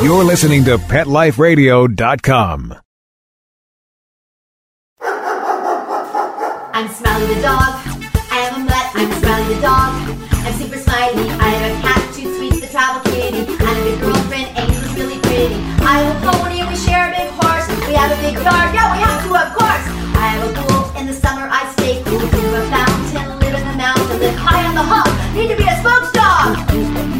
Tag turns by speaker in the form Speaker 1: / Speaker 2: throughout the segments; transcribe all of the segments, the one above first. Speaker 1: You're listening to PetLifeRadio.com.
Speaker 2: I'm Smelly the dog. I am a mutt. I'm Smelly the dog. I'm super smiley. I am a cat. Too sweet, the travel kitty. I'm a big girlfriend. Angel's really pretty. I have a pony. We share a big horse. We have a big yard. Yeah, we have to, of course. I have a pool. In the summer, I stay cool. To a fountain. Live in the mountain. Live high on the hog. Need to be a spokes dog.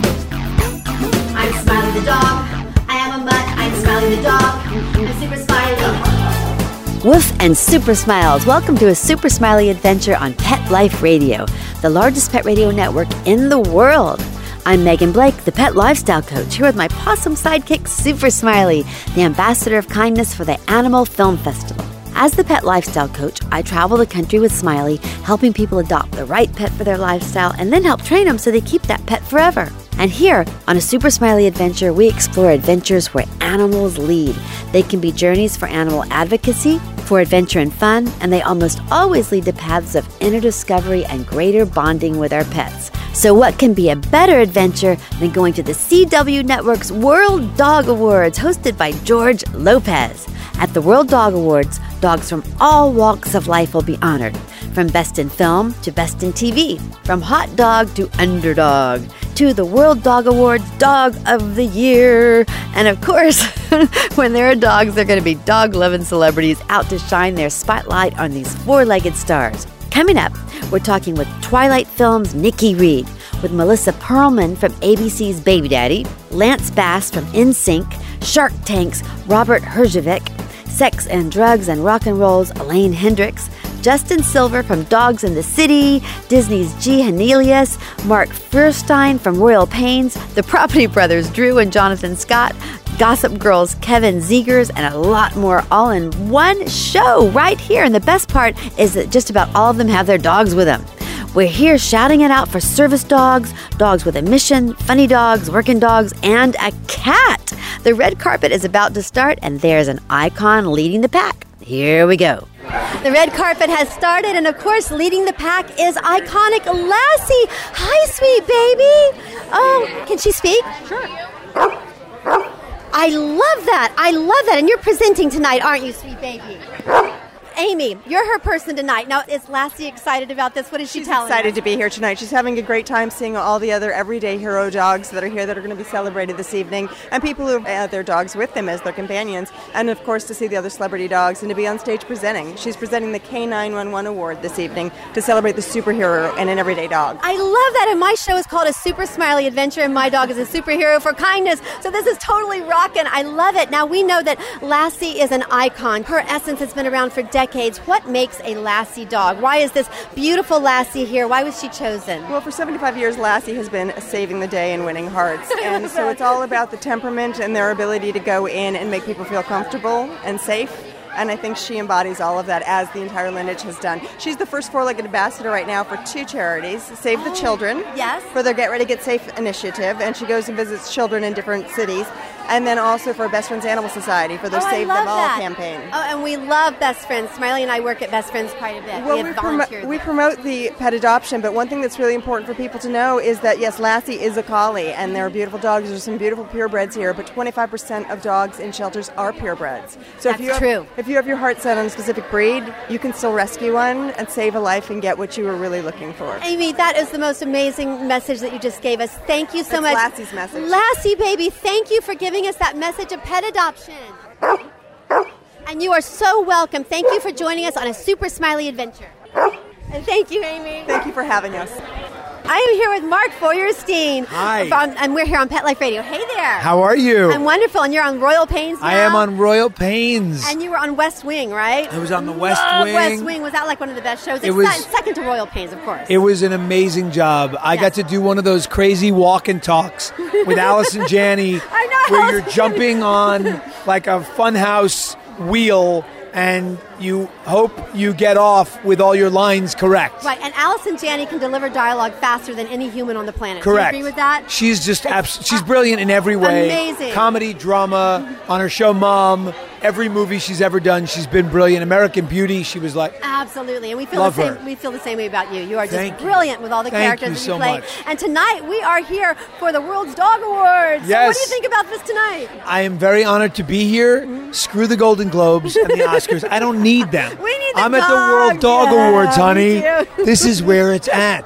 Speaker 2: I'm Smiley the dog. I am a mutt. I'm Smiley the dog. I'm super smiley.
Speaker 3: Woof and Super Smiles. Welcome to a Super Smiley adventure on Pet Life Radio, the largest pet radio network in the world. I'm Megan Blake, the pet lifestyle coach, here with my possum sidekick, Super Smiley, the ambassador of kindness for the Animal Film Festival. As the pet lifestyle coach, I travel the country with Smiley, helping people adopt the right pet for their lifestyle and then help train them so they keep that pet forever. And here, on a Super Smiley adventure, we explore adventures where animals lead. They can be journeys for animal advocacy, for adventure and fun, and they almost always lead to paths of inner discovery and greater bonding with our pets. So, what can be a better adventure than going to the CW Network's World Dog Awards, hosted by George Lopez? At the World Dog Awards, dogs from all walks of life will be honored, from best in film to best in TV, from hot dog to underdog, to the World Dog Awards Dog of the Year. And of course, when there are dogs, they're going to be dog loving celebrities out to shine their spotlight on these four legged stars. Coming up, we're talking with Twilight Films' Nikki Reed, with Melissa Perlman from ABC's Baby Daddy, Lance Bass from InSync, Shark Tank's Robert Herjavec, Sex and Drugs and Rock and Roll's Elaine Hendricks, Justin Silver from Dogs in the City, Disney's G. Henelius, Mark Fierstein from Royal Pains, the Property Brothers Drew and Jonathan Scott, Gossip Girl's Kevin Zegers, and a lot more all in one show right here. And the best part is that just about all of them have their dogs with them. We're here shouting it out for service dogs, dogs with a mission, funny dogs, working dogs, and a cat. The red carpet is about to start, and there's an icon leading the pack. Here we go. The red carpet has started, and of course, leading the pack is iconic Lassie. Hi, sweet baby. Oh, can she speak? Sure. I love that. I love that. And you're presenting tonight, aren't you, sweet baby? Amy, you're her person tonight. Now, is Lassie excited about this? What is she
Speaker 4: She's
Speaker 3: telling
Speaker 4: excited
Speaker 3: us?
Speaker 4: to be here tonight. She's having a great time seeing all the other everyday hero dogs that are here that are going to be celebrated this evening, and people who have uh, their dogs with them as their companions, and of course to see the other celebrity dogs and to be on stage presenting. She's presenting the K911 Award this evening to celebrate the superhero and an everyday dog.
Speaker 2: I love that. And my show is called A Super Smiley Adventure, and my dog is a superhero for kindness. So this is totally rockin'. I love it. Now, we know that Lassie is an icon. Her essence has been around for decades. What makes a Lassie dog? Why is this beautiful Lassie here? Why was she chosen?
Speaker 4: Well, for 75 years, Lassie has been saving the day and winning hearts. And so it's all about the temperament and their ability to go in and make people feel comfortable and safe. And I think she embodies all of that as the entire lineage has done. She's the first four legged ambassador right now for two charities Save the Children,
Speaker 2: Oh, yes.
Speaker 4: for their Get Ready, Get Safe initiative. And she goes and visits children in different cities. And then also for Best Friends Animal Society for their
Speaker 2: Oh, I
Speaker 4: Save
Speaker 2: love
Speaker 4: Them All
Speaker 2: that.
Speaker 4: campaign.
Speaker 2: Oh, and we love Best Friends. Smiley and I work at Best Friends quite a bit.
Speaker 4: Well,
Speaker 2: we
Speaker 4: we,
Speaker 2: have
Speaker 4: promo-
Speaker 2: volunteers.
Speaker 4: we promote the pet adoption, but one thing that's really important for people to know is that yes, Lassie is a collie, and there are beautiful dogs. There's some beautiful purebreds here, but 25% of dogs in shelters are purebreds. So
Speaker 2: That's
Speaker 4: if you have,
Speaker 2: true.
Speaker 4: if you have your heart set on a specific breed, you can still rescue one and save a life and get what you were really looking for.
Speaker 2: Amy, that is the most amazing message that you just gave us. Thank you so
Speaker 4: That's
Speaker 2: much.
Speaker 4: Lassie's message.
Speaker 2: Lassie, baby, thank you for giving us that message of pet adoption. and you are so welcome. Thank you for joining us on a super smiley adventure. and thank you, Amy.
Speaker 4: Thank you for having us.
Speaker 2: I am here with Mark Feuerstein.
Speaker 5: Hi.
Speaker 2: From, and we're here on Pet Life Radio. Hey there.
Speaker 5: How are you?
Speaker 2: I'm wonderful. And you're on Royal Pains now?
Speaker 5: I am on Royal Pains.
Speaker 2: And you were on West Wing, right?
Speaker 5: I was on the West
Speaker 2: Love
Speaker 5: Wing.
Speaker 2: West Wing. Was that like one of the best shows? It's
Speaker 5: It was-
Speaker 2: not second to Royal Pains, of course.
Speaker 5: it was an amazing job. I
Speaker 2: Yes.
Speaker 5: got to do one of those crazy walk and talks with Allison Janney,
Speaker 2: I know,
Speaker 5: where
Speaker 2: Allison
Speaker 5: you're jumping on like a funhouse wheel and you hope you get off with all your lines correct.
Speaker 2: Right, and Allison Janney can deliver dialogue faster than any human on the planet.
Speaker 5: Correct.
Speaker 2: Do you agree with that?
Speaker 5: She's just abs- she's brilliant in every way.
Speaker 2: Amazing.
Speaker 5: Comedy, drama. On her show, Mom, every movie she's ever done. She's been brilliant. American Beauty, she was like,
Speaker 3: Absolutely, and we feel
Speaker 5: Love
Speaker 3: the same.
Speaker 5: her.
Speaker 3: We feel the same way about you. You are just
Speaker 5: Thank you.
Speaker 3: brilliant with all the
Speaker 5: Thank
Speaker 3: characters that you
Speaker 5: you so
Speaker 3: play.
Speaker 5: much.
Speaker 3: And tonight we are here for the World's Dog Awards. So what do you
Speaker 5: Yes.
Speaker 3: think about this tonight?
Speaker 5: I am very honored to be here. Screw the Golden Globes and the Oscars. I don't need them.
Speaker 3: We need the
Speaker 5: I'm at the World
Speaker 3: dog.
Speaker 5: Dog
Speaker 3: Yeah,
Speaker 5: Awards,
Speaker 3: me
Speaker 5: honey.
Speaker 3: too.
Speaker 5: This is where it's at.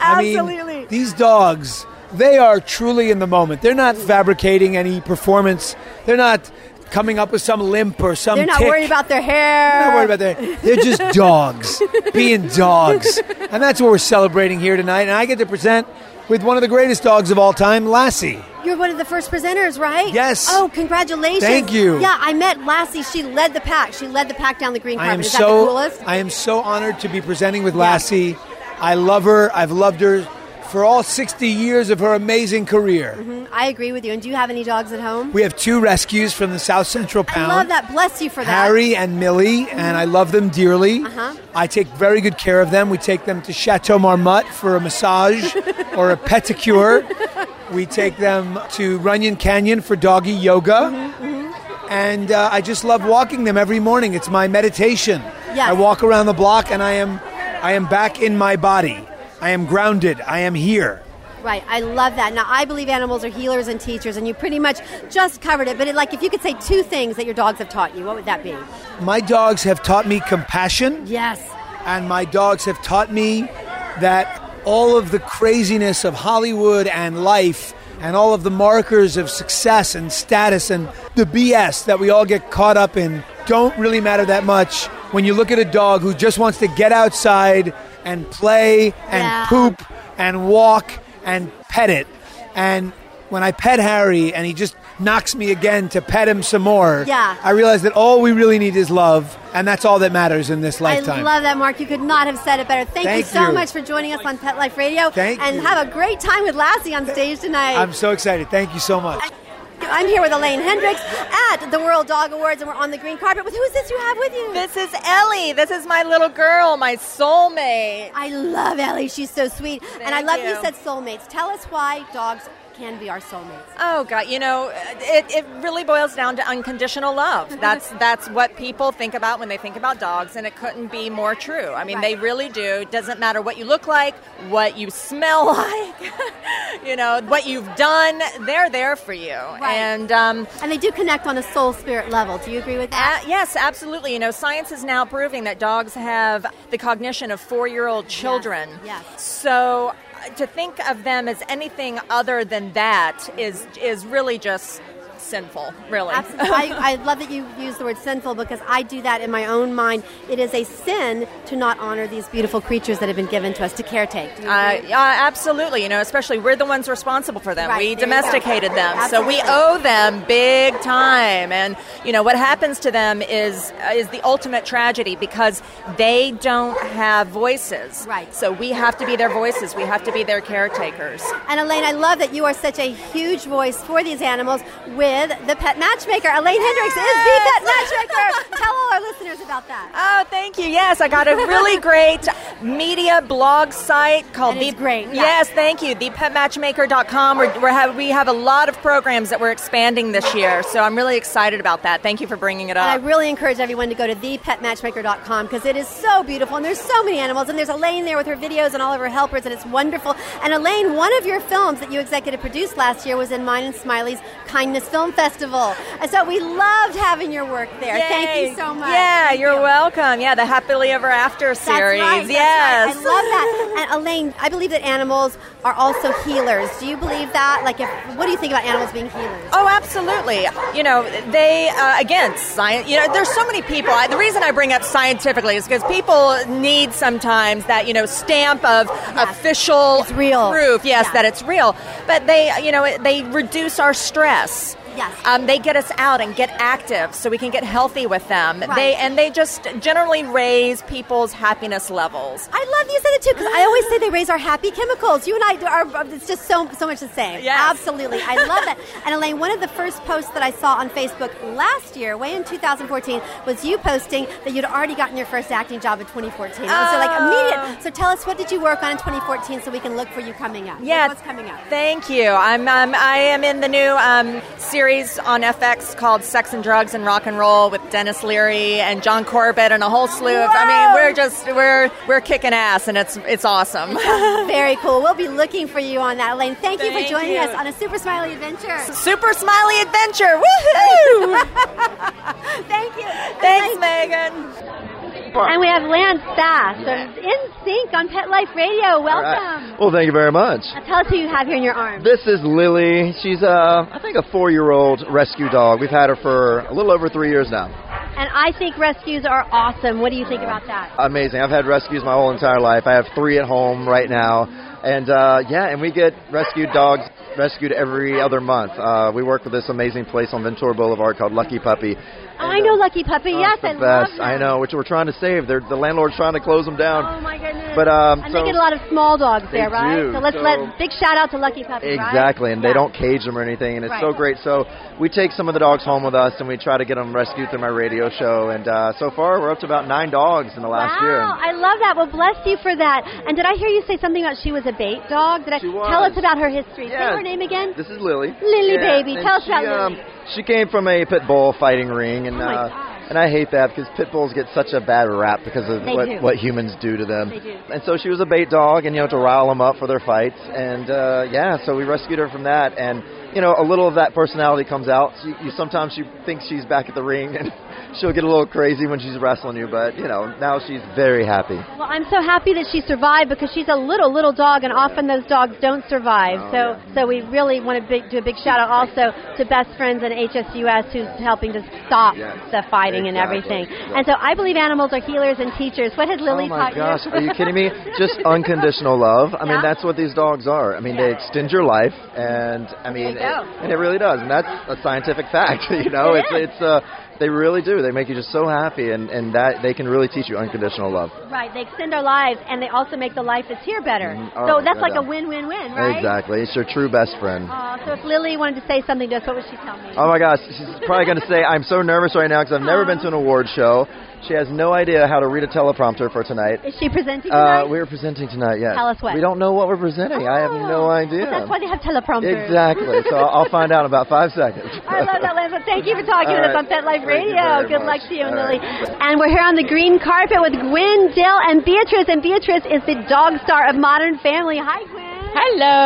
Speaker 5: I
Speaker 3: Absolutely.
Speaker 5: mean, these dogs, they are truly in the moment. They're not fabricating any performance. They're not coming up with some limp or some
Speaker 3: They're not
Speaker 5: tick.
Speaker 3: worried about their hair.
Speaker 5: I'm not worried about that. They're just dogs being dogs. And that's what we're celebrating here tonight. And I get to present with one of the greatest dogs of all time, Lassie.
Speaker 3: You're one of the first presenters, right?
Speaker 5: Yes.
Speaker 3: Oh, congratulations.
Speaker 5: Thank you.
Speaker 3: Yeah, I met Lassie. She led the pack. She led the pack down the green
Speaker 5: I
Speaker 3: carpet.
Speaker 5: am
Speaker 3: Is that
Speaker 5: so
Speaker 3: the coolest?
Speaker 5: I am so honored to be presenting with Lassie. I love her. I've loved her for all 60 years of her amazing career.
Speaker 3: Mm-hmm. I agree with you. And do you have any dogs at home?
Speaker 5: We have two rescues from the South Central
Speaker 3: I
Speaker 5: Pound.
Speaker 3: love that. Bless you for that.
Speaker 5: Harry and Millie, and I love them dearly.
Speaker 3: Uh-huh.
Speaker 5: I take very good care of them. We take them to Chateau Marmot for a massage or a pedicure. We take them to Runyon Canyon for doggy yoga.
Speaker 3: Mm-hmm,
Speaker 5: And uh, I just love walking them every morning. It's my meditation.
Speaker 3: Yes.
Speaker 5: I walk around the block and I am, I am back in my body. I am grounded. I am here.
Speaker 3: Right. I love that. Now, I believe animals are healers and teachers, and you pretty much just covered it. But it, like, if you could say two things that your dogs have taught you, what would that be?
Speaker 5: My dogs have taught me compassion.
Speaker 3: Yes.
Speaker 5: and my dogs have taught me that all of the craziness of Hollywood and life and all of the markers of success and status and the BS that we all get caught up in don't really matter that much when you look at a dog who just wants to get outside and play and
Speaker 3: Yeah.
Speaker 5: poop and walk and pet it. And when I pet Harry and he just knocks me again to pet him some more,
Speaker 3: Yeah.
Speaker 5: I realize that all we really need is love, and that's all that matters in this lifetime.
Speaker 3: I love that, Mark. You could not have said it better. Thank, you
Speaker 5: Thank
Speaker 3: so
Speaker 5: you.
Speaker 3: much for joining us on Pet Life Radio.
Speaker 5: Thank
Speaker 3: and
Speaker 5: you.
Speaker 3: have a great time with Lassie on stage tonight.
Speaker 5: I'm so excited. Thank you so much.
Speaker 3: I'm here with Elaine Hendricks at the World Dog Awards, and we're on the green carpet with who is this you have with you?
Speaker 6: This is Ellie. This is my little girl, my soulmate.
Speaker 3: I love Ellie. She's so sweet, and I
Speaker 6: Thank
Speaker 3: love you.
Speaker 6: you.
Speaker 3: said soulmates. Tell us why dogs can be our soulmates.
Speaker 6: Oh God, you know, it, it really boils down to unconditional love. That's that's what people think about when they think about dogs, and it couldn't be more true. I mean, they
Speaker 3: Right.
Speaker 6: really do. Doesn't matter what you look like, what you smell like, you know, what you've done. They're there for you,
Speaker 3: Right.
Speaker 6: and um,
Speaker 3: And they do connect on a soul spirit level. Do you agree with that?
Speaker 6: A- yes, absolutely. You know, science is now proving that dogs have the cognition of four year old children.
Speaker 3: yes.
Speaker 6: So uh, to think of them as anything other than that is is really just sinful, really.
Speaker 3: Absolutely. I, I love that you use the word sinful because I do that in my own mind. It is a sin to not honor these beautiful creatures that have been given to us to caretake. Do you
Speaker 6: Uh,
Speaker 3: agree?
Speaker 6: yeah, absolutely. You know, especially we're the ones responsible for them.
Speaker 3: Right,
Speaker 6: we
Speaker 3: there you go.
Speaker 6: domesticated them, so we
Speaker 3: Absolutely.
Speaker 6: owe them big time. And you know what happens to them is uh, is the ultimate tragedy because they don't have voices.
Speaker 3: Right.
Speaker 6: So we have to be their voices. We have to be their caretakers.
Speaker 3: And Elaine, I love that you are such a huge voice for these animals with the pet matchmaker. Elaine Hendricks is the pet matchmaker. Tell all our listeners about that.
Speaker 6: Oh, thank you. Yes, I got a really great media blog site called
Speaker 3: That is
Speaker 6: The
Speaker 3: great, yeah.
Speaker 6: Yes, thank you. ThePetMatchmaker.com. We're, we're have, we have a lot of programs that we're expanding this year, so I'm really excited about that. Thank you for bringing it
Speaker 3: And I
Speaker 6: up.
Speaker 3: really encourage everyone to go to thepetmatchmaker.com because it is so beautiful and there's so many animals. And there's Elaine there with her videos and all of her helpers, and it's wonderful. And Elaine, one of your films that you executive produced last year was in mine and Smiley's Kindness Film Festival. And so we loved having your work there. Thank
Speaker 6: Yay.
Speaker 3: you so much.
Speaker 6: Yeah,
Speaker 3: Thank
Speaker 6: you're
Speaker 3: you.
Speaker 6: welcome. Yeah, the Happily Ever After series.
Speaker 3: That's right, that's
Speaker 6: yes.
Speaker 3: right. I love that. And Elaine, I believe that animals are also healers. Do you believe that? Like, if, what do you think about animals being healers?
Speaker 6: Oh, absolutely. You know, they, uh, again, science, you know, there's so many people. I, the reason I bring up scientifically is because people need sometimes that, you know, stamp of official
Speaker 3: It's real.
Speaker 6: proof, yes,
Speaker 3: Yeah.
Speaker 6: that it's real. But they, you know, it- they reduce our stress.
Speaker 3: Yes.
Speaker 6: Um, they get us out and get active so we can get healthy with them.
Speaker 3: Right.
Speaker 6: They And they just generally raise people's happiness levels.
Speaker 3: I love that you said it too because I always say they raise our happy chemicals. You and I are, it's just so so much the same.
Speaker 6: Yes.
Speaker 3: Absolutely. I love that. And Elaine, one of the first posts that I saw on Facebook last year, way in 2014, was you posting that you'd already gotten your first acting job in 2014. That was like
Speaker 6: Oh.
Speaker 3: immediate. So tell us, what did you work on in 2014 so we can look for you coming up? Like,
Speaker 6: Yeah,
Speaker 3: What's coming up?
Speaker 6: Thank you. I'm um, I am in the new um, series on FX called Sex and Drugs and Rock and Roll with Dennis Leary and John Corbett and a whole slew of. I mean, we're just we're we're kicking ass, and it's it's awesome.
Speaker 7: Very cool. We'll be looking for you on that, Elaine. Thank, you for
Speaker 6: Thank
Speaker 7: joining
Speaker 6: you.
Speaker 7: us on a super smiley adventure.
Speaker 6: Super smiley adventure! Woohoo!
Speaker 7: Thank you.
Speaker 6: Thanks, Megan.
Speaker 7: And we have Lance Bass of In Sync on Pet Life Radio.
Speaker 8: All right.
Speaker 7: Welcome.
Speaker 8: Well, thank you very much.
Speaker 7: Now tell us who you have here in your arms.
Speaker 8: This is Lily. She's a, I think, a four-year-old rescue dog. We've had her for a little over three years now.
Speaker 7: And I think rescues are awesome. What do you think about that?
Speaker 8: Amazing. I've had rescues my whole entire life. I have three at home right now, and uh, yeah, and we get rescued dogs rescued every other month. Uh, we work with this amazing place on Ventura Boulevard called Lucky Puppy.
Speaker 7: I know Lucky Puppy.
Speaker 8: Oh,
Speaker 7: yes,
Speaker 8: it's the
Speaker 7: I love
Speaker 8: best.
Speaker 7: them.
Speaker 8: I know, which we're trying to save. They're, the landlord's trying to close them down.
Speaker 7: Oh my goodness.
Speaker 8: But, um,
Speaker 7: and
Speaker 8: so-
Speaker 7: they get a lot of small dogs
Speaker 8: They
Speaker 7: there, right?
Speaker 8: do.
Speaker 7: So let's
Speaker 8: So-
Speaker 7: let big shout out to Lucky Puppy. right?
Speaker 8: Exactly, and
Speaker 7: Yeah.
Speaker 8: they don't cage them or anything, and it's so
Speaker 7: Right.
Speaker 8: great. So we take some of the dogs home with us, and we try to get them rescued through my radio show. And uh, so far, we're up to about nine dogs in the last
Speaker 7: wow,
Speaker 8: year.
Speaker 7: I love that. Well, bless you for that. And did I hear you say something about she was a bait dog? Did I
Speaker 8: She was.
Speaker 7: tell us about her history?
Speaker 8: Yes.
Speaker 7: Say her name again.
Speaker 8: This is Lily.
Speaker 7: Lily, baby.
Speaker 8: and
Speaker 7: Tell us
Speaker 8: she,
Speaker 7: about Lily.
Speaker 8: Um, she came from a pit bull fighting ring, and
Speaker 7: Oh my
Speaker 8: uh,
Speaker 7: gosh.
Speaker 8: and I hate that because pit bulls get such a bad rap because of
Speaker 7: They
Speaker 8: what,
Speaker 7: do.
Speaker 8: what humans do to
Speaker 9: Um,
Speaker 8: them.
Speaker 7: They do.
Speaker 8: And so she was a bait dog, and you know to rile them up for their fights, and uh, yeah, so we rescued her from that, and you know a little of that personality comes out. She, you sometimes she thinks she's back at the ring, and she'll get a little crazy when she's wrestling you, but you know now she's very happy.
Speaker 7: Well, I'm so happy that she survived because she's a little, little dog, and often those dogs don't survive.
Speaker 8: Oh,
Speaker 7: so, so we really want to big, do a big shout out also to Best Friends and HSUS, who's helping to stop
Speaker 8: Yes,
Speaker 7: the fighting and
Speaker 8: exactly.
Speaker 7: everything. And so, I believe animals are healers and teachers. What had Lily
Speaker 8: oh my
Speaker 7: taught
Speaker 8: gosh,
Speaker 7: you?
Speaker 8: are you kidding me? Just unconditional love. I mean,
Speaker 7: Yeah.
Speaker 8: that's what these dogs are. I mean, they extend your life, and I mean, it,
Speaker 7: you go.
Speaker 8: and it really does, and that's a scientific fact. You know,
Speaker 7: It is.
Speaker 8: it's it's uh, they really do. They make you just so happy, and and that they can really teach you unconditional love.
Speaker 7: Right, they extend our lives, and they also make the life that's here better.
Speaker 8: Mhm.
Speaker 7: so
Speaker 8: Oh,
Speaker 7: that's
Speaker 8: yeah,
Speaker 7: like a
Speaker 8: yeah.
Speaker 7: win-win-win, right?
Speaker 8: Exactly, it's your true best friend.
Speaker 7: Aw, Uh, so if Lily wanted to say something to us, what would she tell me?
Speaker 8: Oh my gosh, she's probably going to say, I'm so nervous right now because I've never been to an award show. She has no idea how to read a teleprompter for tonight.
Speaker 7: Is she presenting
Speaker 8: Uh,
Speaker 7: tonight?
Speaker 8: we're presenting tonight, yes.
Speaker 7: Tell us what.
Speaker 8: We don't know what we're presenting. I have no
Speaker 7: Oh,
Speaker 8: idea.
Speaker 7: Well, that's why they have teleprompters.
Speaker 8: Exactly. So I'll I'll find out in about five seconds.
Speaker 7: I love that, Lance. Well, Thank you for talking
Speaker 8: All
Speaker 7: with us
Speaker 8: right.
Speaker 7: on Pet Life
Speaker 8: Thank you
Speaker 7: Radio.
Speaker 8: very
Speaker 7: Good luck
Speaker 8: much.
Speaker 7: to you and
Speaker 8: All
Speaker 7: Lily.
Speaker 8: right.
Speaker 7: And we're here on the green carpet with Gwen Dill and Beatrice. And Beatrice is the dog star of Modern Family. Hi, Gwen.
Speaker 10: Hello.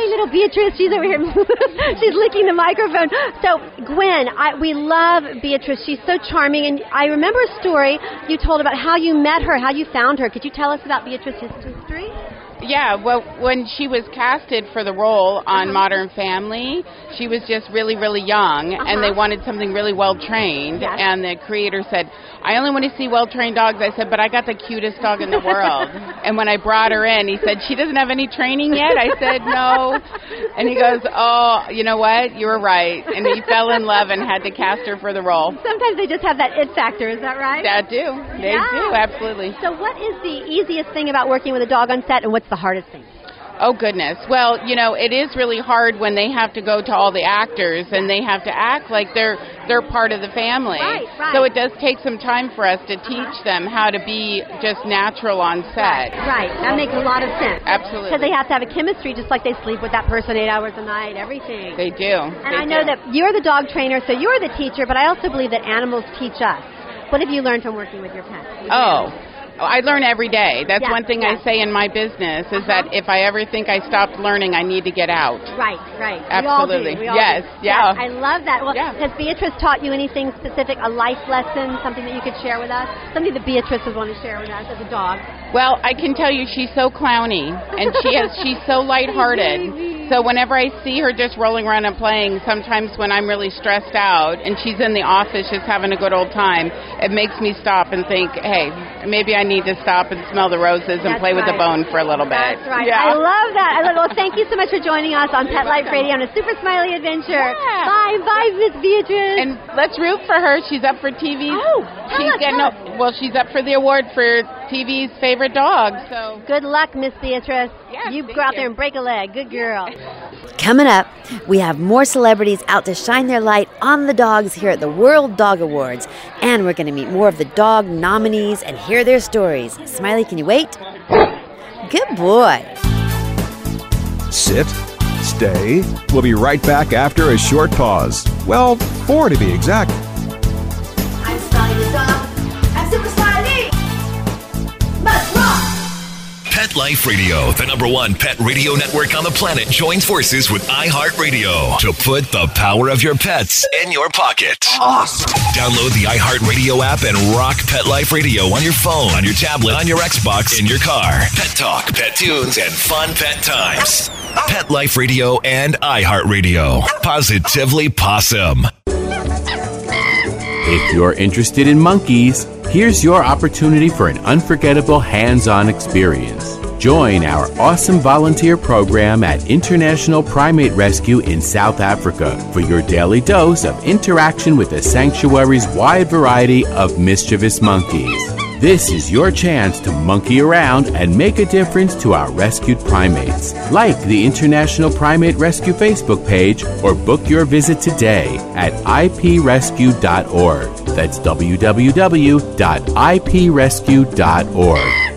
Speaker 7: Hey, little Beatrice. She's over here. She's licking the microphone. So, Gwen, I, we love Beatrice. She's so charming. And I remember a story you told about how you met her, how you found her. Could you tell us about Beatrice's history?
Speaker 10: Yeah, well, when she was casted for the role
Speaker 7: Uh-huh.
Speaker 10: on Modern Family, she was just really, really young, and they wanted something really well trained.
Speaker 7: Uh-huh. Yes.
Speaker 10: And the creator said, I only want to see well trained dogs. I said, but I got the cutest dog in the world. and when I brought her in, he said, She doesn't have any training yet? I said, No. And he goes, Oh, you know what? You were right. And he fell in love and had to cast her for the role.
Speaker 7: Sometimes they just have that it factor. Is that right?
Speaker 10: That do. They
Speaker 7: Yeah.
Speaker 10: do, absolutely.
Speaker 7: So, what is the easiest thing about working with a dog on set, and what's the hardest thing?
Speaker 10: Oh goodness. Well, you know, it is really hard when they have to go to all the actors and they have to act like they're they're part of the family.
Speaker 7: Right, right.
Speaker 10: So it does take some time for us to teach them how to be just natural on set.
Speaker 7: Right, that makes a lot of sense.
Speaker 10: Absolutely.
Speaker 7: Because they have to have a chemistry just like they sleep with that person eight hours a night, everything.
Speaker 10: They do.
Speaker 7: and I know that you're the dog trainer, so you're the teacher, but I also believe that animals teach us. What have you learned from working with your pets?
Speaker 10: Oh. I learn every day. That's
Speaker 7: Yeah,
Speaker 10: one thing
Speaker 7: yeah. Uh-huh.
Speaker 10: I say in my business is that if I ever think I stopped learning, I need to get out.
Speaker 7: Right, right.
Speaker 10: Absolutely.
Speaker 7: We all do. We all
Speaker 10: Yes,
Speaker 7: do.
Speaker 10: yeah.
Speaker 7: I love that. Well,
Speaker 10: Yeah.
Speaker 7: has Beatrice taught you anything specific, a life lesson, something that you could share with us? Something that Beatrice would want to share with us as a dog?
Speaker 10: Well, I can tell you she's so clowny and she has she's so lighthearted. So whenever I see her just rolling around and playing, sometimes when I'm really stressed out and she's in the office just having a good old time, it makes me stop and think, "Hey, maybe I need to stop and smell the roses and
Speaker 7: That's
Speaker 10: play with the
Speaker 7: right.
Speaker 10: bone for a little bit."
Speaker 7: That's right.
Speaker 10: Yeah.
Speaker 7: I love that. I love Well, thank you so much for joining us on Pet Life Radio on a super smiley adventure.
Speaker 10: Yeah.
Speaker 7: Bye. Bye, Miss Beatrice.
Speaker 10: and let's root for her. She's up for TV.
Speaker 7: Oh, tell
Speaker 10: she's
Speaker 7: us,
Speaker 10: getting
Speaker 7: tell us.
Speaker 10: a- well, she's up for the award for TV's favorite dog. So
Speaker 7: Good luck, Miss Beatrice.
Speaker 10: Yes,
Speaker 7: you
Speaker 10: thank
Speaker 7: go out
Speaker 10: you.
Speaker 7: there and break a leg. Good girl.
Speaker 3: Coming up, we have more celebrities out to shine their light on the dogs here at the World Dog Awards. And we're going to meet more of the dog nominees and hear their stories. Smiley, can you wait? Good boy.
Speaker 1: Sit, Stay. We'll be right back after a short pause. Well, four to be exact.
Speaker 11: I'm Smiley the dog. I'm super smiley. Must rock.
Speaker 12: Pet Life Radio, the number one pet radio network on the planet, joins forces with iHeartRadio to put the power of your pets in your pocket. Awesome. Download the iHeartRadio app and rock Pet Life Radio on your phone, on your tablet, on your Xbox, in your car. Pet talk, pet tunes, and fun pet times. Pet Life Radio and iHeartRadio. Positively possum.
Speaker 13: If you're interested in monkeys, here's your opportunity for an unforgettable hands on experience. Join our awesome volunteer program at International Primate Rescue in South Africa for your daily dose of interaction with the sanctuary's wide variety of mischievous monkeys. This is your chance to monkey around and make a difference to our rescued primates. Like the International Primate Rescue Facebook page or book your visit today at iprescue.org. That's www.iprescue.org.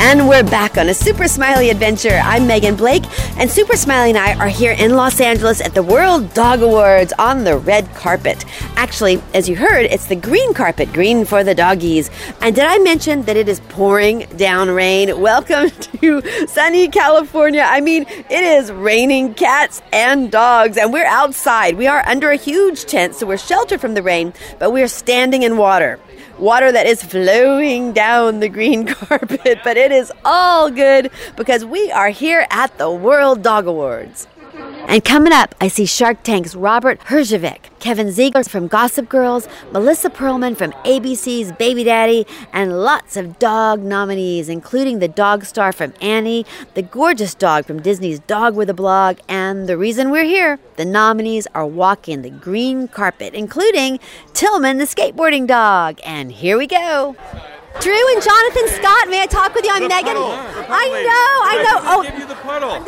Speaker 3: And we're back on a super smiley adventure. I'm Megan Blake, and Super Smiley and I are here in Los Angeles at the World Dog Awards on the red carpet. Actually, as you heard, it's the green carpet, green for the doggies. And did I mention that it is pouring down rain? Welcome to sunny California. I mean, it is raining cats and dogs, and we're outside. We are under a huge tent, so we're sheltered from the rain, but we are standing in water water that is flowing down the green carpet, but it is all good because we are here at the World Dog Awards. And coming up, I see Shark Tank's Robert Herjavec, Kevin Ziegler from Gossip Girls, Melissa Perlman from ABC's Baby Daddy, and lots of dog nominees, including the dog star from Annie, the gorgeous dog from Disney's Dog with a Blog, and the reason we're here. The nominees are walking the green carpet, including Tillman the skateboarding dog. And here we go.
Speaker 7: Drew and Jonathan Scott, may I talk with you? I'm Megan.
Speaker 14: puddle.
Speaker 7: I know, I know. Oh,
Speaker 14: give you the puddle.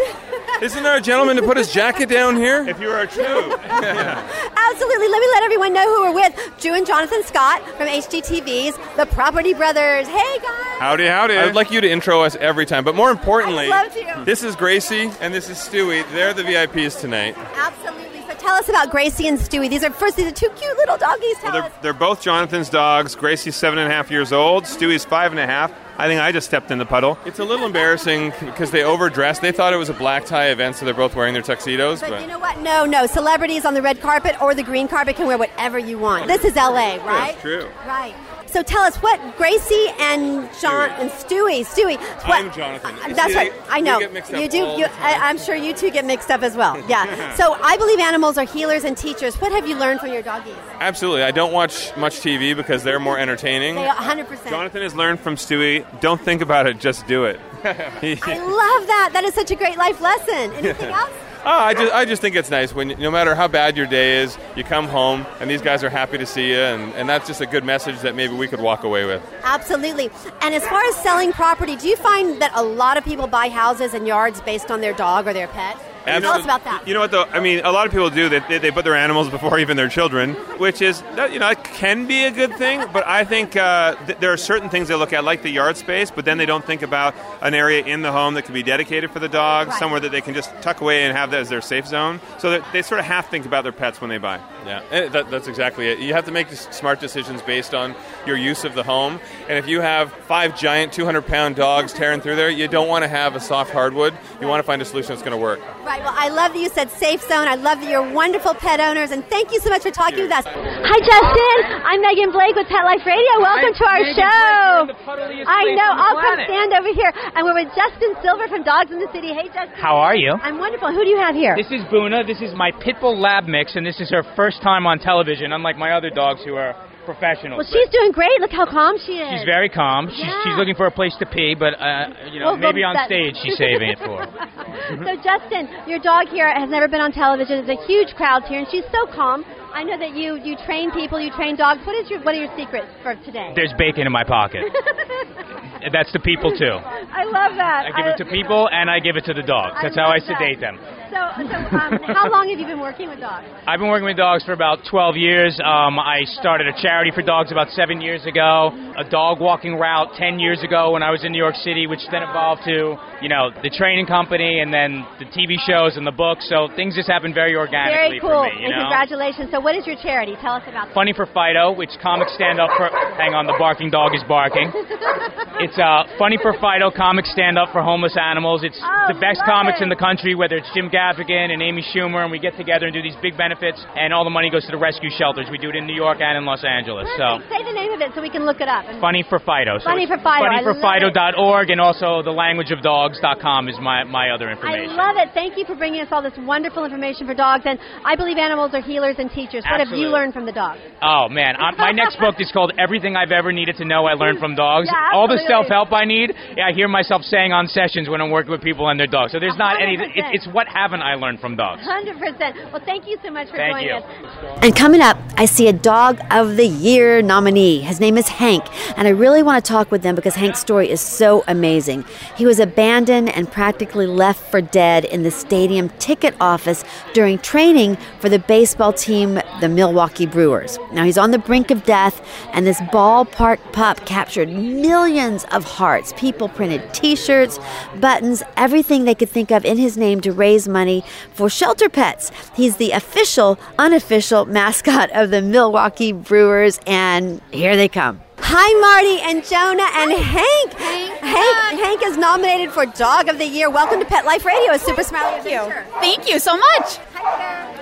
Speaker 14: Isn't there a gentleman to put his jacket down here? If you are true.
Speaker 3: Oh,
Speaker 7: Absolutely. Let me let everyone know who we're with. Drew and Jonathan Scott from HGTV's The Property Brothers. Hey, guys.
Speaker 14: Howdy, howdy. I'd like you to intro us every time, but more
Speaker 7: I'd
Speaker 14: importantly,
Speaker 7: love to.
Speaker 14: this is Gracie and this is Stewie. They're the VIPs tonight.
Speaker 7: Absolutely. So tell us about Gracie and Stewie. These are first. These are two cute little doggies. Tell
Speaker 14: They're,
Speaker 7: us.
Speaker 14: they're both Jonathan's dogs. Gracie's seven and a half years old. Stewie's five and a half. I think I just stepped in the puddle. It's a little embarrassing because they overdressed. They thought it was a black tie event, so they're both wearing their tuxedos.
Speaker 7: But you know what? No, no. Celebrities on the red carpet or the green carpet can wear whatever you want. This is LA, right?
Speaker 14: That's true.
Speaker 7: Right. So tell us what Gracie and John and Stewie, Stewie. What,
Speaker 14: I'm Jonathan.
Speaker 7: Uh, that's
Speaker 14: See,
Speaker 7: right. I know
Speaker 14: we get mixed up
Speaker 7: you do.
Speaker 14: all
Speaker 7: you,
Speaker 14: the time.
Speaker 7: I, I'm sure you two get mixed up as well. Yeah. so I believe animals are healers and teachers. What have you learned from your doggies?
Speaker 14: Absolutely. I don't watch much TV because they're more entertaining.
Speaker 7: They 100. percent
Speaker 14: Jonathan has learned from Stewie don't think about it, just do it.
Speaker 7: I love that. That is such a great life lesson. Anything else?
Speaker 14: Ah, I just, I just think it's nice when no matter how bad your day is, you come home and these guys are happy to see you, and, and that's just a good message that maybe we could walk away with.
Speaker 7: Absolutely. And as far as selling property, do you find that a lot of people buy houses and yards based on their dog or their pet? Tell us about that.
Speaker 14: You know what though? I mean, a lot of people do that. They, they put their animals before even their children, which is that you know that can be a good thing. But I think uh, th- there are certain things they look at, like the yard space, but then they don't think about an area in the home that could be dedicated for the dog,
Speaker 7: Right.
Speaker 14: somewhere that they can just tuck away and have that as their safe zone. So that they sort of have to think about their pets when they buy. Yeah, and that, that's exactly it. You have to make s- smart decisions based on your use of the home. And if you have five giant, 200-pound dogs tearing through there, you don't want to have a soft hardwood. You want to find a solution that's going to work.
Speaker 7: Right. Well, I love that you said safe zone. I love that you're wonderful pet owners, and thank you so much for talking with us. Hi, Justin. I'm Megan Blake with Pet Life Radio. Welcome to our show. I know. I'll come stand over here, and we're with Justin Silver from Dogs in the City. Hey, Justin.
Speaker 15: How are you?
Speaker 7: I'm wonderful. Who do you have here?
Speaker 15: This is Buna. This is my Pitbull lab mix, and this is her first time on television, unlike my other dogs who are professionals.
Speaker 7: Well, she's doing great. Look how calm she
Speaker 15: But
Speaker 7: is.
Speaker 15: she's very calm. She's,
Speaker 7: Yeah.
Speaker 15: she's looking for a place to pee, but uh, you know,
Speaker 7: Well,
Speaker 15: maybe on
Speaker 7: that-
Speaker 15: stage she's saving it for. Mm-hmm.
Speaker 7: so, Justin, your dog here has never been on television. There's a huge crowd here, and she's so calm. I know that you you train people, you train dogs. What is your what are your secrets for today?
Speaker 15: There's bacon in my pocket. That's to people too.
Speaker 7: I love that.
Speaker 15: I give it to people and I give it to the dogs.
Speaker 7: I
Speaker 15: That's how I
Speaker 7: love that.
Speaker 15: sedate them.
Speaker 7: So, so um, how long have you been working with dogs?
Speaker 15: I've been working with dogs for about 12 years. Um, I started a charity for dogs about seven years ago, a dog walking route 10 years ago when I was in New York City, which then evolved to, you know, the training company and then the TV shows and the books. So things just happened very
Speaker 7: Very
Speaker 15: organically
Speaker 7: cool.
Speaker 15: for me, you
Speaker 7: and
Speaker 15: know.
Speaker 7: congratulations. So, what is your charity? Tell us about that.
Speaker 15: Funny for Fido, which comics stand up for. Hang on, the barking dog is barking. It's uh, Funny for Fido comics stand up for homeless animals. It's
Speaker 7: Oh,
Speaker 15: the best
Speaker 7: love
Speaker 15: comics in
Speaker 7: it.
Speaker 15: the country, whether it's Jim Gaffigan and Amy Schumer, and we get together and do these big benefits, and all the money goes to the rescue shelters. We do it in New York and in Los Angeles. So
Speaker 7: Say the name of it so we can look it up. And
Speaker 15: Funny for Fido. So
Speaker 7: Funny
Speaker 15: it's
Speaker 7: for Fido. I love
Speaker 15: funnyforfido.org, and also the languageofdogs.com is my, my other
Speaker 7: I
Speaker 15: information.
Speaker 7: love it. Thank you for bringing us all this wonderful information for dogs. And I believe animals are healers and teachers. What have you
Speaker 15: Absolutely.
Speaker 7: learned from the dogs?
Speaker 15: Oh man, I, my next book is called "Everything I've Ever Needed to Know I Learned from Dogs."
Speaker 7: Yeah,
Speaker 15: All the
Speaker 7: absolutely.
Speaker 15: self-help I need, I hear myself saying on sessions when I'm working with people and their dogs. So there's not any. It's, it's
Speaker 7: 100%.
Speaker 15: what haven't I learned from dogs?
Speaker 7: 100%. Well, thank you so much for
Speaker 15: Thank
Speaker 7: joining
Speaker 15: you.
Speaker 7: us.
Speaker 3: And coming up, I see a Dog of the Year nominee. His name is Hank, and I really want to talk with them because Hank's story is so amazing. He was abandoned and practically left for dead in the stadium ticket office during training for the baseball team, the Milwaukee Brewers. Now he's on the brink of death, and this ballpark pup captured millions of hearts. People printed t shirts, buttons, everything they could think of in his name to raise money for shelter pets. He's the official, unofficial mascot of the Milwaukee Brewers, and here they come.
Speaker 16: Hi, Marty and Jonah and Hank. Hank. Hank, is nominated for Dog of the Year. Welcome to Pet Life Radio, a Super Smiley Adventure. Thank you so much.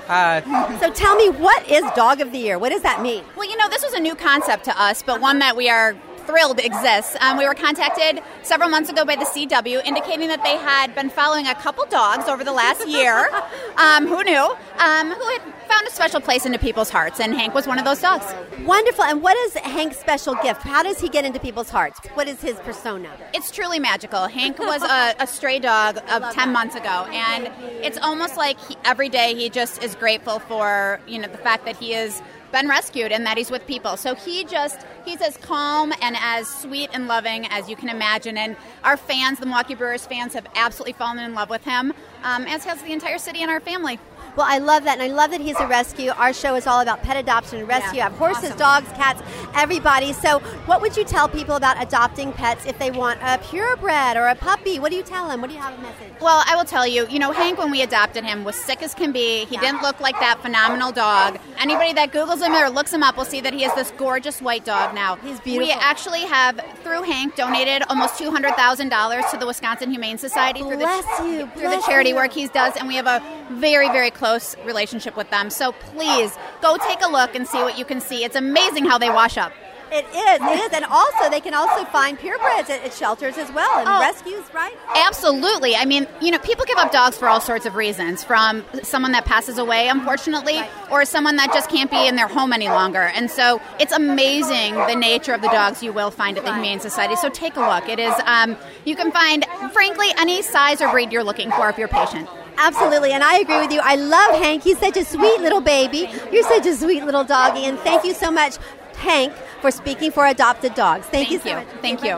Speaker 17: Uh,
Speaker 18: Hi.
Speaker 16: So tell me, what is Dog of the Year? What does that mean?
Speaker 18: Well, you know, this was a new concept to us, but one that we are thrilled exists. Um, we were contacted several months ago by the CW indicating that they had been following a couple dogs over the last year. um, who knew? Um, who had found a special place into people's hearts, and Hank was one of those dogs.
Speaker 16: Wonderful. And what is Hank's special gift? How does he get into people's hearts? What is his persona?
Speaker 18: It's truly magical. Hank was a, a stray dog of 10 months ago, and it's almost like he, every day he just is grateful for you know the fact that he has been rescued and that he's with people. So he just he's as calm and as sweet and loving as you can imagine. And our fans, the Milwaukee Brewers fans, have absolutely fallen in love with him, um, as has the entire city and our family.
Speaker 16: Well, I love that, and I love that he's a rescue. Our show is all about pet adoption and rescue. I have horses, dogs, cats, everybody. So, what would you tell people about adopting pets if they want a purebred or a puppy? What do you tell them? What do you have a message?
Speaker 18: Well, I will tell you, you know, Hank, when we adopted him, was sick as can be. He didn't look like that phenomenal dog. Anybody that Googles him or looks him up will see that he is this gorgeous white dog now. He's
Speaker 16: beautiful.
Speaker 18: We actually have, through Hank, donated almost $200,000 to the Wisconsin Humane Society through
Speaker 16: Bless
Speaker 18: the,
Speaker 16: you,
Speaker 18: through
Speaker 16: bless
Speaker 18: the charity
Speaker 16: you.
Speaker 18: work he does, and we have a very, very close relationship with them. So please go take a look and see what you can see. It's amazing how they wash up.
Speaker 16: It is, it is, and also they can also find purebreds at, at shelters as well and
Speaker 18: Oh.
Speaker 16: rescues, right?
Speaker 18: Absolutely. I mean, you know, people give up dogs for all sorts of reasons, from someone that passes away, unfortunately, or someone that just can't be in their home any longer. And so it's amazing the nature of the dogs you will find at the Humane Society. So take a look. It is, um, you can find, frankly, any size or breed you're looking for if you're patient.
Speaker 16: Absolutely, and I agree with you. I love Hank. He's such a sweet little baby. You're such a sweet little doggy, and thank you so much, Hank, for speaking for adopted dogs. Thank, you so much.
Speaker 18: Thank you.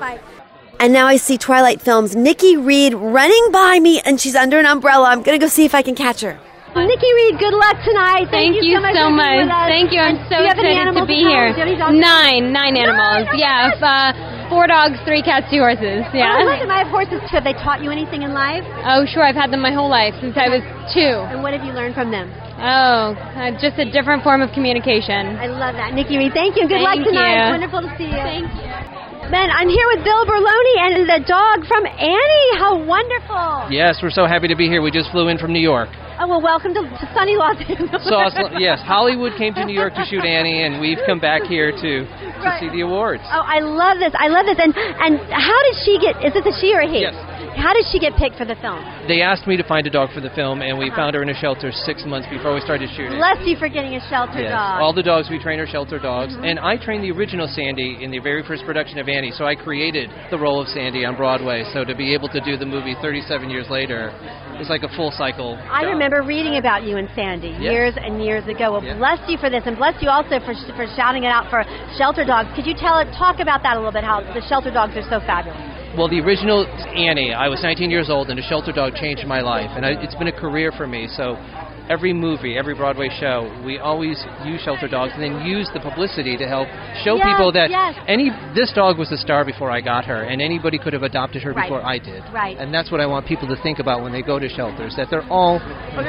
Speaker 3: And now I see Twilight Films' Nikki Reed running by me, and she's under an umbrella. I'm going to go see if I can catch her.
Speaker 7: Nikki Reed, good luck tonight. Thank,
Speaker 19: Thank you
Speaker 7: so much.
Speaker 19: so
Speaker 7: for being
Speaker 19: much.
Speaker 7: with us.
Speaker 19: Thank you. I'm
Speaker 7: And
Speaker 19: so
Speaker 7: do you have any
Speaker 19: excited to
Speaker 7: animals
Speaker 19: be
Speaker 7: at
Speaker 19: here.
Speaker 7: home? Do you have any dogs?
Speaker 19: Nine, nine animals. yeah, f- uh, four dogs, three cats, two horses.
Speaker 7: Oh, I
Speaker 19: Yeah.
Speaker 7: love them. I have horses too. Have they taught you anything in life?
Speaker 19: Oh, sure. I've had them my whole life since I was two.
Speaker 7: And what have you learned from them?
Speaker 19: Oh, uh, just a different form of communication.
Speaker 7: I love that. Nikki Reed, thank you. Good luck
Speaker 19: Thank
Speaker 7: tonight. It's
Speaker 19: you.
Speaker 7: wonderful to see you. Thank you. Ben, I'm here with Bill Berlone and the dog from Annie. How wonderful.
Speaker 20: Yes, we're so happy to be here. We just flew in from New York.
Speaker 7: Oh, well, welcome to, to sunny Los Angeles.
Speaker 20: So awesome. yes, Hollywood came to New York to shoot Annie, and we've come back here to to
Speaker 7: Right.
Speaker 20: see the awards.
Speaker 7: Oh, I love this. I love this. And and how did she get? Is this a she or a he?
Speaker 20: Yes.
Speaker 7: How did she get picked for the film?
Speaker 20: They asked me to find a dog for the film, and we found her in a shelter six months before we started shooting.
Speaker 7: Bless you for getting a shelter
Speaker 20: Yes.
Speaker 7: dog.
Speaker 20: All the dogs we train are shelter dogs,
Speaker 7: Mhm.
Speaker 20: and I trained the original Sandy in the very first production of Annie, so I created the role of Sandy on Broadway. So to be able to do the movie 37 years later is like a full cycle.
Speaker 7: I remember reading about you and Sandy
Speaker 20: Yes.
Speaker 7: years and years ago. Well, bless you for this, and bless you also for for shouting it out for shelter dogs. Could you tell it talk about that a little bit? How the shelter dogs are so fabulous.
Speaker 20: Well, the original Annie, I was 19 years old, and a shelter dog changed my life, and I, it's been a career for me. So every movie, every Broadway show, we always use shelter dogs and then use the publicity to help show
Speaker 7: Yes,
Speaker 20: people that
Speaker 7: yes.
Speaker 20: any this dog was a star before I got her, and anybody could have adopted her
Speaker 7: Right.
Speaker 20: before I did.
Speaker 7: Right.
Speaker 20: And that's what I want people to think about when they go to shelters, that they're all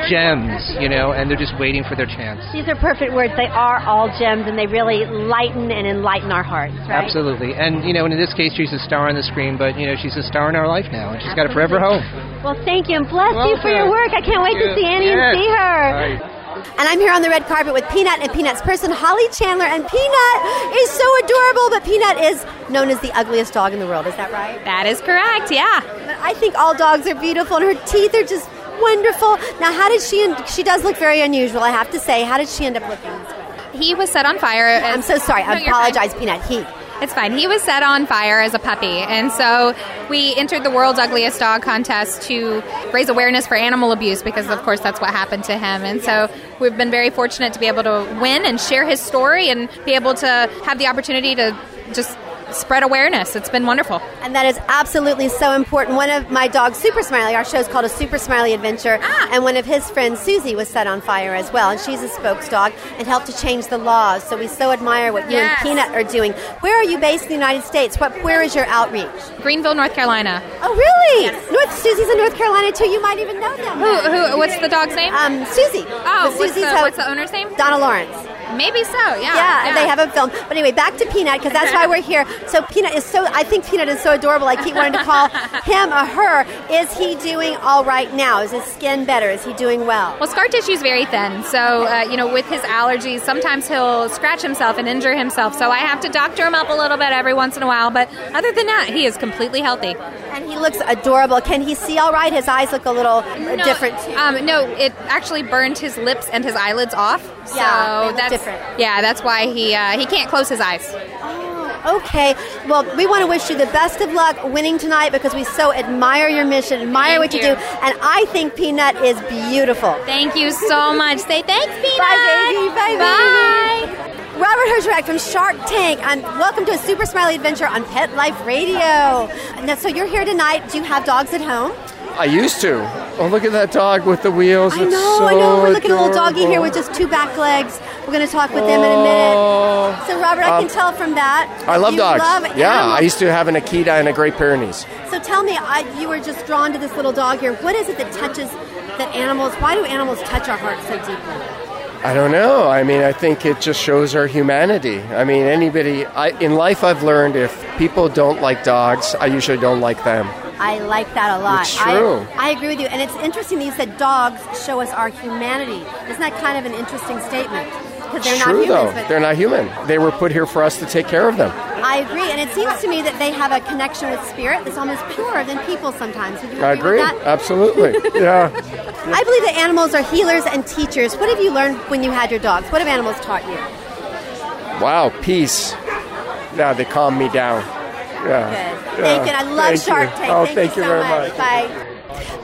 Speaker 20: gems, you know, and they're just waiting for their chance.
Speaker 7: These are perfect words. They are all gems, and they really lighten and enlighten our hearts. Right?
Speaker 20: Absolutely. And, you know, and in this case, she's a star on the screen, but, you know, she's a star in our life now, and she's got a forever home.
Speaker 7: Well, thank you, and bless you for your
Speaker 3: welcome.
Speaker 7: work. I can't wait to
Speaker 20: Thank
Speaker 7: see
Speaker 20: you.
Speaker 7: Annie
Speaker 20: Yes.
Speaker 7: and see her.
Speaker 3: And I'm here on the red carpet with Peanut and Peanut's person, Holly Chandler. And Peanut is so adorable, but Peanut is known as the ugliest dog in the world. Is that right?
Speaker 19: That is correct, yeah.
Speaker 3: But I think all dogs are beautiful, and her teeth are just wonderful. Now, how did she, end, she does look very unusual, I have to say. How did she end up looking this way?
Speaker 19: He was set on fire.
Speaker 3: I'm so sorry.
Speaker 19: No,
Speaker 3: I
Speaker 19: you're fine.
Speaker 3: apologize, Peanut. He.
Speaker 19: It's fine. He was set on fire as a puppy, and so we entered the World's Ugliest Dog contest to raise awareness for animal abuse because, of course, that's what happened to him. And so we've been very fortunate to be able to win and share his story and be able to have the opportunity to just spread awareness. It's been wonderful.
Speaker 3: And that is absolutely so important. One of my dogs, Super Smiley, our show's called A Super Smiley Adventure,
Speaker 19: Ah.
Speaker 3: and one of his friends, Susie, was set on fire as well. And she's a spokes dog and helped to change the laws. So we so admire what you
Speaker 19: Yes.
Speaker 3: and Peanut are doing. Where are you based in the United States? What? Where is your outreach?
Speaker 19: Greenville, North Carolina.
Speaker 3: Oh, really? North Susie's in North Carolina too. You might even know them.
Speaker 19: Who- who- what's the dog's name?
Speaker 3: Um, Susie.
Speaker 19: Oh,
Speaker 3: But
Speaker 19: what's the,
Speaker 3: Susie's ho-
Speaker 19: what's the owner's name?
Speaker 3: Donna Lawrence.
Speaker 19: Maybe so. Yeah.
Speaker 3: yeah, and they have a film. But anyway, back to Peanut because that's why we're here. So Peanut is so. I think Peanut is so adorable. I keep wanting to call him or her. Is he doing all right now? Is his skin better? Is he doing well?
Speaker 19: Well, scar tissue is very thin, so uh, you know, with his allergies, sometimes he'll scratch himself and injure himself. So I have to doctor him up a little bit every once in a while, but other than that, he is completely healthy.
Speaker 3: And he looks adorable. Can he see all right? His eyes look a little uh,
Speaker 19: No,
Speaker 3: different. Too.
Speaker 19: Um, no, it actually burned his lips and his eyelids off. So
Speaker 3: Yeah, they look
Speaker 19: that's
Speaker 3: different.
Speaker 19: yeah, that's why he uh, he can't close his eyes.
Speaker 3: Okay. Well, we want to wish you the best of luck winning tonight because we so admire your mission,
Speaker 19: Thank
Speaker 3: admire what you,
Speaker 19: you.
Speaker 3: do, and I think Peanut is beautiful.
Speaker 19: Thank you so much. Say thanks, Peanut.
Speaker 3: Bye, baby. Bye,
Speaker 19: Bye.
Speaker 3: baby. Robert Herzog from Shark Tank, and welcome to a super smiley adventure on Pet Life Radio. Now, so you're here tonight. Do you have dogs at home?
Speaker 21: I used to. Oh, look at that dog with the wheels.
Speaker 3: I know, I know. We're looking at a little doggy here with just two back legs. We're going to talk with them in a minute. So, Robert, I can
Speaker 21: Oh. Um,
Speaker 3: tell from that.
Speaker 21: I love
Speaker 3: you
Speaker 21: dogs.
Speaker 3: Love
Speaker 21: yeah,
Speaker 3: animals.
Speaker 21: I used to have an Akita and a Great Pyrenees.
Speaker 3: So tell me, I, you were just drawn to this little dog here. What is it that touches that animals? Why do animals touch our hearts so deeply?
Speaker 21: I don't know. I mean, I think it just shows our humanity. I mean, anybody I, in life, I've learned if people don't like dogs, I usually don't like them.
Speaker 3: I like that a lot.
Speaker 21: It's true.
Speaker 3: I, I agree with you, and it's interesting that you said dogs show us our humanity. Isn't that kind of an interesting statement? Because they're
Speaker 21: it's
Speaker 3: not
Speaker 21: true,
Speaker 3: humans,
Speaker 21: though.
Speaker 3: but
Speaker 21: They're not human. They were put here for us to take care of them.
Speaker 3: I agree, and it seems to me that they have a connection with spirit that's almost purer than people sometimes. Would you
Speaker 21: I
Speaker 3: agree
Speaker 21: agree.
Speaker 3: with that?
Speaker 21: Absolutely. yeah.
Speaker 3: I believe that animals are healers and teachers. What have you learned when you had your dogs? What have animals taught you?
Speaker 21: Wow, peace. Now they calm me down. Yeah.
Speaker 3: Good. Thank you. and I love
Speaker 21: Thank
Speaker 3: Shark
Speaker 21: you.
Speaker 3: Tank.
Speaker 21: Oh,
Speaker 3: thank,
Speaker 21: thank
Speaker 3: you,
Speaker 21: you
Speaker 3: so
Speaker 21: very
Speaker 3: much.
Speaker 21: much.
Speaker 3: Bye.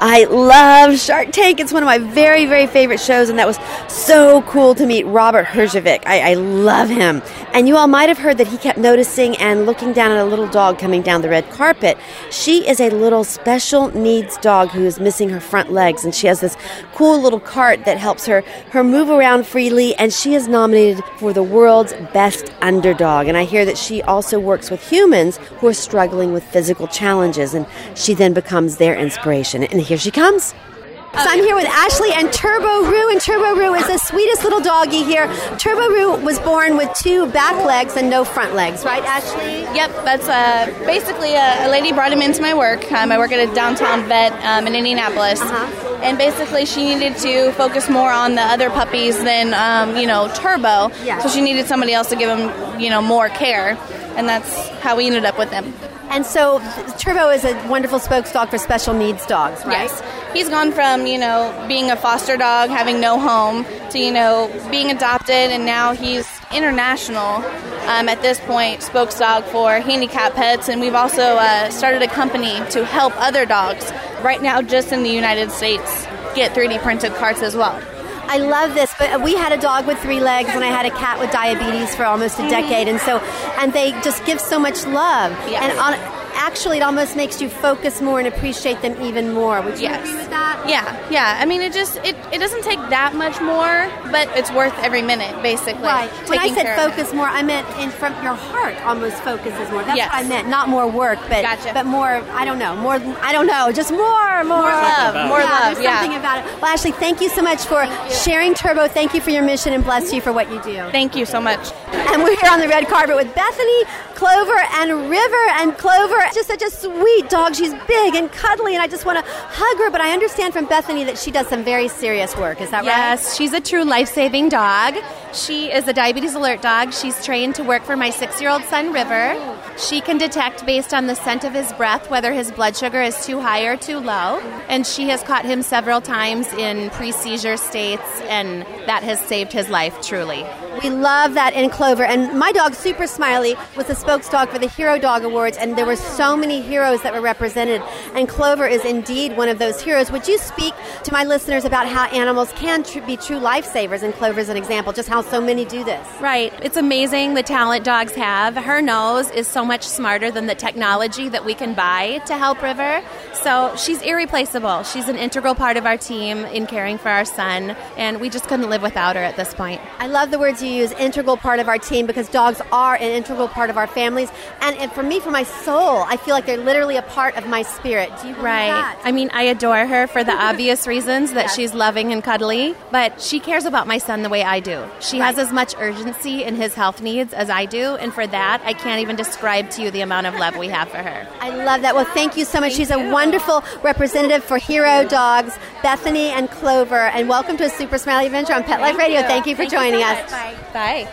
Speaker 3: I love Shark Tank. It's one of my very, very favorite shows, and that was so cool to meet Robert Herjavec. I, I love him. And you all might have heard that he kept noticing and looking down at a little dog coming down the red carpet. She is a little special needs dog who is missing her front legs, and she has this cool little cart that helps her, her move around freely, and she is nominated for the world's best underdog. And I hear that she also works with humans who are struggling with physical challenges, and she then becomes their inspiration. And here she comes. So I'm here with Ashley and Turbo Roo, and Turbo Roo is the sweetest little doggy here. Turbo Roo was born with two back legs and no front legs, right, Ashley?
Speaker 22: Yep, that's uh, basically a, a lady brought him into my work. Um, I work at a downtown vet um, in Indianapolis,
Speaker 3: Uh-huh.
Speaker 22: and basically she needed to focus more on the other puppies than um, you know Turbo. So she needed somebody else to give him you know more care, and that's how we ended up with him.
Speaker 3: And so Turbo is a wonderful spokes dog for special needs dogs, right?
Speaker 22: Yes. He's gone from, you know, being a foster dog, having no home, to, you know, being adopted, and now he's international um, at this point, spokes dog for handicapped pets. And we've also uh, started a company to help other dogs, right now just in the United States, get 3D printed carts as well.
Speaker 3: I love this, but we had a dog with three legs, and I had a cat with diabetes for almost
Speaker 22: Mm-hmm.
Speaker 3: a decade, and so and they just give so much love,
Speaker 22: Yes.
Speaker 3: and on, actually, it almost makes you focus more and appreciate them even more. Would you
Speaker 22: Yes.
Speaker 3: agree with that?
Speaker 22: Yeah, yeah. I mean, it just it, it doesn't take that much more, but it's worth every minute, basically.
Speaker 3: Right. When I
Speaker 22: taking
Speaker 3: said
Speaker 22: care of it.
Speaker 3: focus more, I meant in from your heart almost focuses more. That's
Speaker 22: Yes.
Speaker 3: what I meant. Not more work, but but more. I don't know. More. I don't know. Just more. More,
Speaker 22: love, more
Speaker 3: yeah,
Speaker 22: love,
Speaker 3: There's
Speaker 22: yeah.
Speaker 3: something about it. Well, Ashley, thank you so much for sharing Turbo. Thank you for your mission and bless you for what you do.
Speaker 22: Thank you so much.
Speaker 3: And we're here on the red carpet with Bethany, Clover, and River. And Clover, just such a sweet dog. She's big and cuddly, and I just want to hug her. But I understand from Bethany that she does some very serious work. Is that right?
Speaker 23: Yes, she's a true life saving dog. She is a diabetes alert dog. She's trained to work for my six year old son, River. She can detect based on the scent of his breath whether his blood sugar is too high or too low. And she has caught him several times in pre seizure states, and that has saved his life truly.
Speaker 3: We love that in Clover. And my dog, Super Smiley, was the spokes dog for the Hero Dog Awards, and there were so many heroes that were represented. And Clover is indeed one of those heroes. Would you speak to my listeners about how animals can tr- be true lifesavers? And Clover is an example, just how so many do this.
Speaker 23: Right. It's amazing the talent dogs have. Her nose is so much smarter than the technology that we can buy to help River. So she's irreplaceable. She's an integral part of our team in caring for our son, and we just couldn't live without her at this point.
Speaker 3: I love the words you use, integral part of our team, because dogs are an integral part of our families. And, and for me, for my soul, I feel like they're literally a part of my spirit. Do you believe
Speaker 23: Right.
Speaker 3: that?
Speaker 23: I mean, I adore her for the obvious reasons that
Speaker 3: Yes.
Speaker 23: she's loving and cuddly, but she cares about my son the way I do. She has as much urgency in his health needs as I do, and for that, I can't even describe to you the amount of love we have for her.
Speaker 3: I love that. Well, thank you so much. She's a wonderful representative for Hero Dogs, Bethany and Clover. And welcome to a Super Smiley Adventure on Pet Life Radio. Thank you for joining us.
Speaker 23: Bye.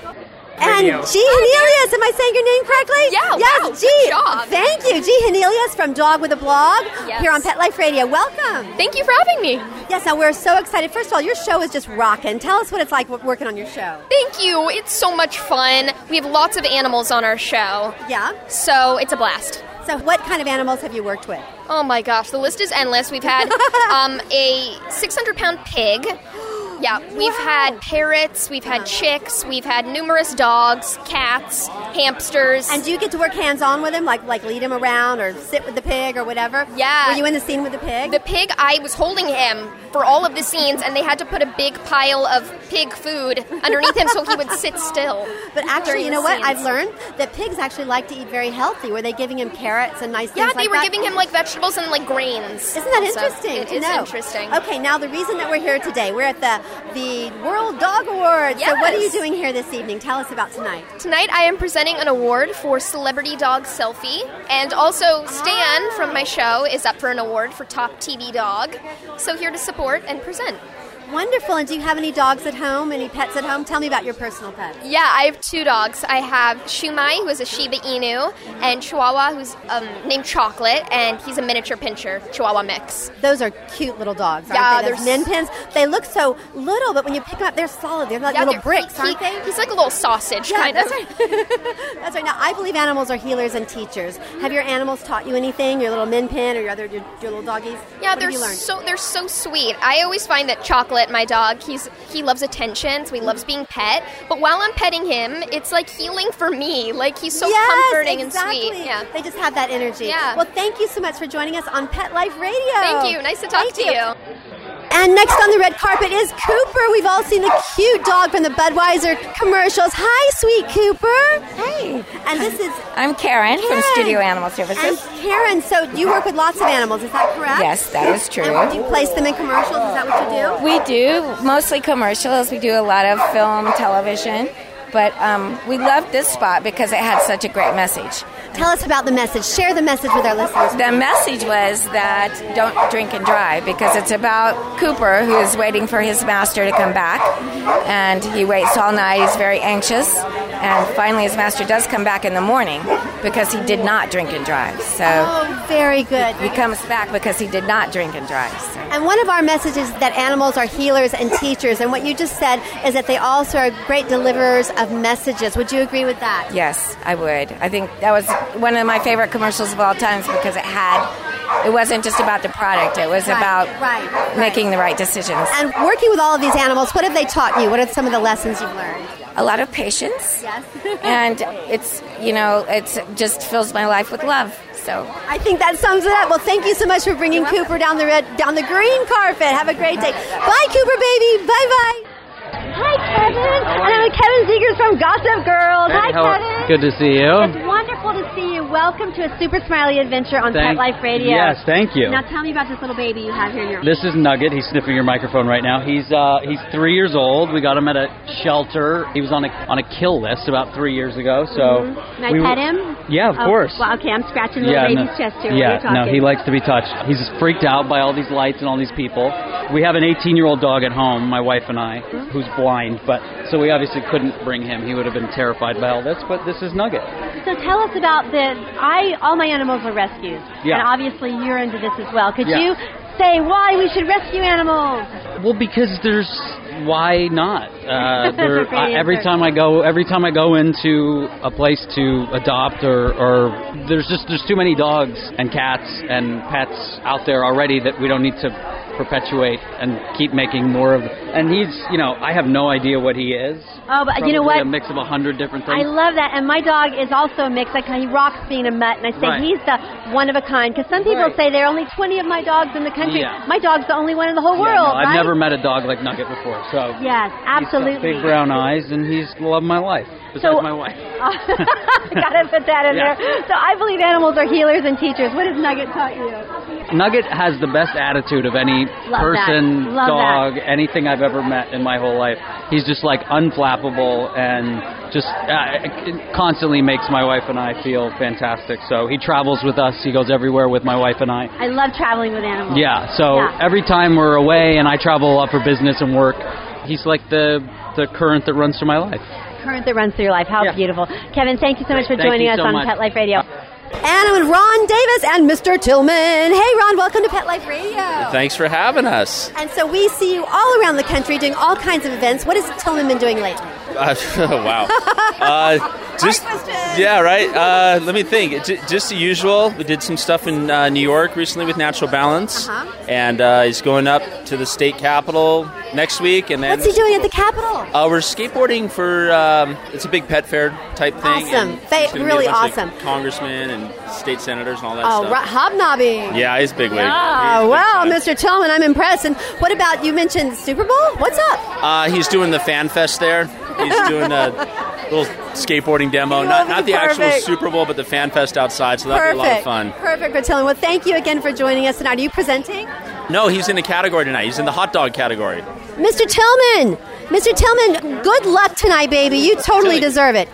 Speaker 3: And G. Henelius, am I saying your name correctly? Yeah. Yes, G. Thank you, G. Henelius from Dog with a Blog
Speaker 24: Yes.
Speaker 3: here on Pet Life Radio. Welcome.
Speaker 24: Thank you for having me.
Speaker 3: Yes, now we're so excited. First of all, your show is just rocking. Tell us what it's like w- working on your show.
Speaker 24: Thank you. It's so much fun. We have lots of animals on our show.
Speaker 3: Yeah.
Speaker 24: So it's a blast.
Speaker 3: So, what kind of animals have you worked with?
Speaker 24: Oh my gosh, the list is endless. We've had um, a 600 pound pig. Yeah, we've had parrots, we've had chicks, we've had numerous dogs, cats, hamsters.
Speaker 3: And do you get to work hands on with him, like like lead him around or sit with the pig or whatever?
Speaker 24: Yeah.
Speaker 3: Were you in the scene with the pig?
Speaker 24: The pig, I was holding him for all of the scenes, and they had to put a big pile of pig food underneath him so he would sit still.
Speaker 3: But actually,
Speaker 24: during
Speaker 3: you
Speaker 24: the
Speaker 3: know what?
Speaker 24: scenes.
Speaker 3: I've learned that pigs actually like to eat very healthy. Were they giving him carrots and nice
Speaker 24: Yeah,
Speaker 3: things
Speaker 24: they
Speaker 3: like
Speaker 24: were
Speaker 3: that?
Speaker 24: giving him like vegetables and like grains.
Speaker 3: Isn't that
Speaker 24: So
Speaker 3: interesting?
Speaker 24: It
Speaker 3: to
Speaker 24: is
Speaker 3: know?
Speaker 24: interesting.
Speaker 3: Okay, now the reason that we're here today, we're at the the World Dog Awards. So what are you
Speaker 24: Yes.
Speaker 3: doing here this evening? Tell us about tonight.
Speaker 24: Tonight I am presenting an award for Celebrity Dog Selfie, and also Stan from my show is up for an award for Top TV Dog. So here to support and present.
Speaker 3: Wonderful. And do you have any dogs at home? Any pets at home? Tell me about your personal pet.
Speaker 24: Yeah, I have two dogs. I have Shumai, who is a Shiba Inu, and Chihuahua, who's um, named Chocolate, and he's a miniature pincher, Chihuahua mix.
Speaker 3: Those are cute little dogs. Aren't
Speaker 24: Yeah,
Speaker 3: they?
Speaker 24: they're
Speaker 3: Those min
Speaker 24: s-
Speaker 3: pins. They look so little, but when you pick them up, they're solid. They're like little
Speaker 24: they're-
Speaker 3: bricks,
Speaker 24: he-
Speaker 3: aren't they?
Speaker 24: He's like a little sausage,
Speaker 3: Yeah,
Speaker 24: kind
Speaker 3: that's
Speaker 24: of.
Speaker 3: right. that's right. Now, I believe animals are healers and teachers. Have your animals taught you anything? Your little min pin or your other your, your little doggies?
Speaker 24: Yeah,
Speaker 3: what
Speaker 24: they're
Speaker 3: have you learned?
Speaker 24: so they're so sweet. I always find that Chocolate, my dog, he's he loves attention, so he loves being pet. But while I'm petting him, it's like healing for me. Like he's so
Speaker 3: yes,
Speaker 24: comforting
Speaker 3: exactly.
Speaker 24: and sweet. Yeah.
Speaker 3: They just have that energy.
Speaker 24: Yeah.
Speaker 3: Well, thank you so much for joining us on Pet Life Radio.
Speaker 24: Thank you. Nice to talk
Speaker 3: Thank
Speaker 24: to you.
Speaker 3: And next on the red carpet is Cooper. We've all seen the cute dog from the Budweiser commercials. Hi, sweet Cooper. Hey. And this is
Speaker 25: I'm Karen, from Studio Animal
Speaker 3: and
Speaker 25: Services.
Speaker 3: Karen. So you work with lots of animals, is that correct?
Speaker 25: Yes, that is true.
Speaker 3: And do you place them in commercials? Is that what you do?
Speaker 25: We do mostly commercials. We do a lot of film, television, but um, we loved this spot because it had such a great message.
Speaker 3: Tell us about the message. Share the message with our listeners.
Speaker 25: The message was that don't drink and drive because it's about Cooper who is waiting for his master to come back. And he waits all night. He's very anxious. And finally, his master does come back in the morning because he did not drink and drive. So
Speaker 3: Oh, very good.
Speaker 25: he comes back because he did not drink and drive. So.
Speaker 3: And one of our messages is that animals are healers and teachers. And what you just said is that they also are great deliverers of messages. Would you agree with that?
Speaker 25: Yes, I would. I think that was one of my favorite commercials of all times because it had, it wasn't just about the product, it was
Speaker 3: Right,
Speaker 25: about
Speaker 3: right, right.
Speaker 25: making the right decisions.
Speaker 3: And working with all of these animals, what have they taught you? What are some of the lessons you've learned?
Speaker 25: A lot of patience.
Speaker 3: Yes.
Speaker 25: and it's, you know, it's just fills my life with love. So
Speaker 3: I think that sums it up. Well, thank you so much for bringing Cooper down the red, down the green carpet. Have a great day. Bye, Cooper baby. Bye bye. Hi, Kevin. And I'm Kevin Zegers from Gossip Girls.
Speaker 26: Hey, how- Good to see you.
Speaker 7: It's wonderful to see you. Welcome to a super smiley adventure on
Speaker 26: Thank-
Speaker 7: Pet Life Radio.
Speaker 26: yes, thank you.
Speaker 7: Now tell me about this little baby you have here. in Your
Speaker 26: This is Nugget. He's sniffing your microphone right now. He's uh, he's three years old. We got him at a shelter. He was on a on a kill list about three years ago. So
Speaker 7: Can Mm-hmm. I
Speaker 26: we
Speaker 7: pet
Speaker 26: were-
Speaker 7: him?
Speaker 26: Yeah, of
Speaker 7: Oh,
Speaker 26: course.
Speaker 7: Well, okay, I'm scratching little
Speaker 26: no-
Speaker 7: baby's chest here.
Speaker 26: yeah,
Speaker 7: while you're
Speaker 26: no, he
Speaker 7: talking.
Speaker 26: likes to be touched. He's freaked out by all these lights and all these people. We have an 18-year-old dog at home, my wife and I,
Speaker 7: Mm-hmm.
Speaker 26: who's blind, but so we obviously couldn't bring him. He would have been terrified by all this. But this is Nugget.
Speaker 7: So tell us about the. I all my animals are rescues,
Speaker 26: Yeah.
Speaker 7: and obviously you're into this as well. Could
Speaker 26: Yeah.
Speaker 7: you say why we should rescue animals?
Speaker 26: Well, because there's why not? Uh, there,
Speaker 7: Great
Speaker 26: I, every
Speaker 7: answer.
Speaker 26: time I go, every time I go into a place to adopt, or, or there's just there's too many dogs and cats and pets out there already that we don't need to perpetuate and keep making more of. And he's, you know, I have no idea what he is.
Speaker 7: Oh, but you know
Speaker 26: Probably A
Speaker 7: what?
Speaker 26: mix of a hundred different
Speaker 7: I
Speaker 26: things.
Speaker 7: love that, and my dog is also a mix. Like he rocks being a mutt, and I say
Speaker 26: Right.
Speaker 7: he's the one of a kind. Because some people
Speaker 26: Right.
Speaker 7: say there are only 20 of my dogs in the country.
Speaker 26: Yeah.
Speaker 7: My dog's the only one in the whole
Speaker 26: Yeah, no,
Speaker 7: world,
Speaker 26: I've
Speaker 7: right?
Speaker 26: never met a dog like Nugget before, so
Speaker 7: Yes, absolutely.
Speaker 26: big brown eyes, and he's loved my life, besides
Speaker 7: So-
Speaker 26: my wife.
Speaker 7: I gotta put that in
Speaker 26: Yeah.
Speaker 7: there. So I believe animals are healers and teachers. What has Nugget taught you?
Speaker 26: Nugget has the best attitude of any
Speaker 7: Love that.
Speaker 26: person,
Speaker 7: Love
Speaker 26: dog, anything I've ever met in my whole life. He's just like unflappable and just uh, it constantly makes my wife and I feel fantastic. So he travels with us, he goes everywhere with my wife and I.
Speaker 7: I love traveling with animals.
Speaker 26: Yeah, so every time we're away and I travel a lot for business and work, he's like the the current that runs through my life.
Speaker 7: Current that runs through your life. How beautiful. Kevin, thank you so much for
Speaker 26: Thank
Speaker 7: joining
Speaker 26: you
Speaker 7: us
Speaker 26: so
Speaker 7: on
Speaker 26: much.
Speaker 7: Pet Life Radio.
Speaker 3: And I'm with Ron Davis and Mr. Tillman. Hey, Ron, welcome to Pet Life Radio.
Speaker 27: Thanks for having us.
Speaker 3: And so we see you all around the country doing all kinds of events. What has Tillman been doing lately?
Speaker 27: Uh, wow. Uh, just yeah, right. Uh, let me think. J- just the usual. We did some stuff in uh, New York recently with Natural Balance,
Speaker 3: Uh-huh.
Speaker 27: and uh, he's going up to the state capitol next week. And then
Speaker 3: What's he doing at the Capitol?
Speaker 27: Uh, we're skateboarding for um, it's a big pet fair type thing.
Speaker 3: Awesome.
Speaker 27: and
Speaker 3: They-
Speaker 27: there's gonna be a
Speaker 3: really
Speaker 27: bunch of
Speaker 3: awesome.
Speaker 27: Congressmen and state senators and all that
Speaker 3: Oh,
Speaker 27: stuff.
Speaker 3: right, hobnobbing.
Speaker 27: Yeah, he's big wig.
Speaker 3: Oh, wow, Mr. Tillman, I'm impressed. And what about you mentioned Super Bowl? What's up?
Speaker 27: Uh, he's doing the fan fest there. He's doing a little skateboarding demo. Not, not the actual
Speaker 3: Perfect.
Speaker 27: Super Bowl, but the fan fest outside. So that'll be a lot of
Speaker 3: Perfect.
Speaker 27: fun.
Speaker 3: Perfect for Tillman. Well, thank you again for joining us. And are you presenting?
Speaker 27: No, he's in the category tonight. He's in the hot dog category.
Speaker 3: Mr. Tillman! Mr. Tillman, good luck tonight, baby. You totally deserve it.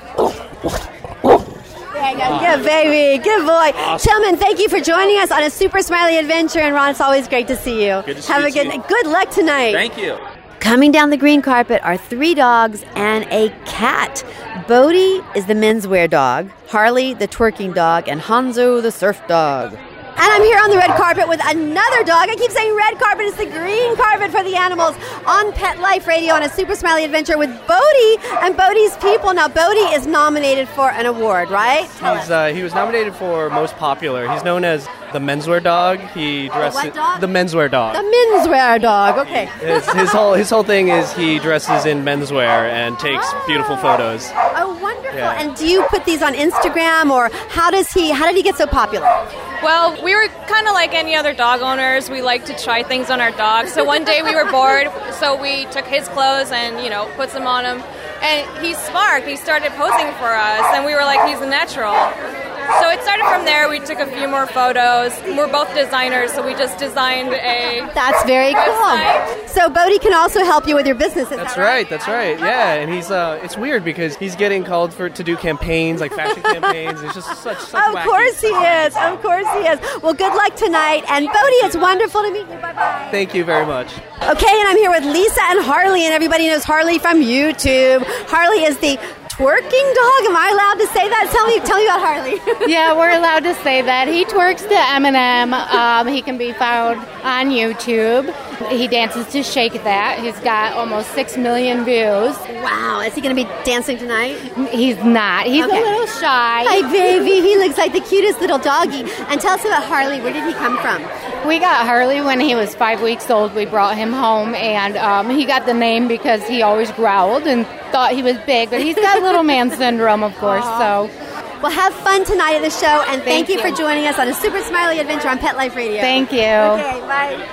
Speaker 3: There you go. Good baby. Good boy. Tillman, thank you for joining us on a super smiley adventure. And Ron, it's always great to see you.
Speaker 28: Good to
Speaker 3: Have a
Speaker 28: see
Speaker 3: good
Speaker 28: you.
Speaker 3: night. Good luck tonight.
Speaker 27: Thank you.
Speaker 28: Coming down the green carpet are three dogs and a cat. Bodhi is the menswear dog, Harley the twerking dog, and Hanzo the surf dog.
Speaker 3: And I'm here on the red carpet with another dog. I keep saying red carpet is the green carpet for the animals on Pet Life Radio on a super smiley adventure with Bodie and Bodie's people. Now, Bodie is nominated for an award, right?
Speaker 17: He's, uh, he was nominated for most popular. He's known as the menswear dog. He dresses
Speaker 3: what dog?
Speaker 17: the menswear
Speaker 3: The
Speaker 17: dog.
Speaker 3: menswear dog. Okay.
Speaker 17: his, his whole his whole thing is he dresses in menswear and takes beautiful photos.
Speaker 3: Oh, wonderful.
Speaker 17: Yeah.
Speaker 3: And do you put these on Instagram or how does he, how did he get so popular?
Speaker 29: Well, we were kind of like any other dog owners. We like to try things on our dogs. So one day we were bored, so we took his clothes and, you know, put some on him. And he sparked. He started posing for us, and we were like, he's a natural. So it started from there. We took a few more photos. We're both designers, so we just designed a.
Speaker 3: That's very cool. So Bodie can also help you with your business. Is
Speaker 17: That's right. That's right. Yeah, and he's uh, it's weird because he's getting called for to do campaigns like fashion campaigns. It's just such such.
Speaker 3: Of course he is. Of course he is. Well, good luck tonight. And Bodie, it's wonderful to meet you.
Speaker 17: Thank you very much.
Speaker 3: Okay, and I'm here with Lisa and Harley, and everybody knows Harley from YouTube. Harley is the twerking dog. Am I allowed to say that? Tell me, tell me about Harley.
Speaker 30: yeah, we're allowed to say that. He twerks to Eminem. Um, he can be found on YouTube. He dances to Shake That. He's got almost 6 million views.
Speaker 3: Wow, is he going to be dancing tonight?
Speaker 30: He's not. He's
Speaker 3: Okay.
Speaker 30: a little shy.
Speaker 3: Hi, baby. He looks like the cutest little doggy. And tell us about Harley. Where did he come from?
Speaker 30: We got Harley when he was five weeks old. We brought him home, and um, he got the name because he always growled and thought he was big, but he's got little man syndrome, of course. So,
Speaker 3: well, have fun tonight at the show, and thank,
Speaker 30: Thank
Speaker 3: you,
Speaker 30: you.
Speaker 3: for joining us on a super smiley adventure on Pet Life Radio.
Speaker 30: Thank you.
Speaker 3: Okay, bye.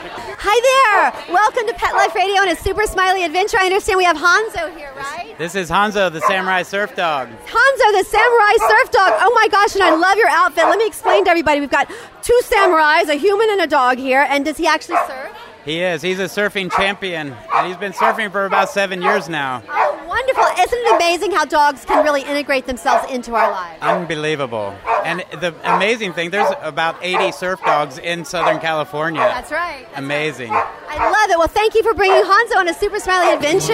Speaker 3: Hi there. Welcome to Pet Life Radio and a super smiley adventure. I understand we have Hanzo here, right?
Speaker 31: This is Hanzo, the samurai surf dog.
Speaker 3: Hanzo, the samurai surf dog. Oh my gosh, and I love your outfit. Let me explain to everybody. We've got two samurais, a human and a dog here. And does he actually surf?
Speaker 31: He is. He's a surfing champion, and he's been surfing for about seven years now.
Speaker 3: Oh, wonderful. Isn't it amazing how dogs can really integrate themselves into our lives?
Speaker 31: Unbelievable. And the amazing thing, there's about 80 surf dogs in Southern California.
Speaker 3: That's right.
Speaker 31: Amazing.
Speaker 3: I love it. Well, thank you for bringing Hanzo on a super smiley adventure.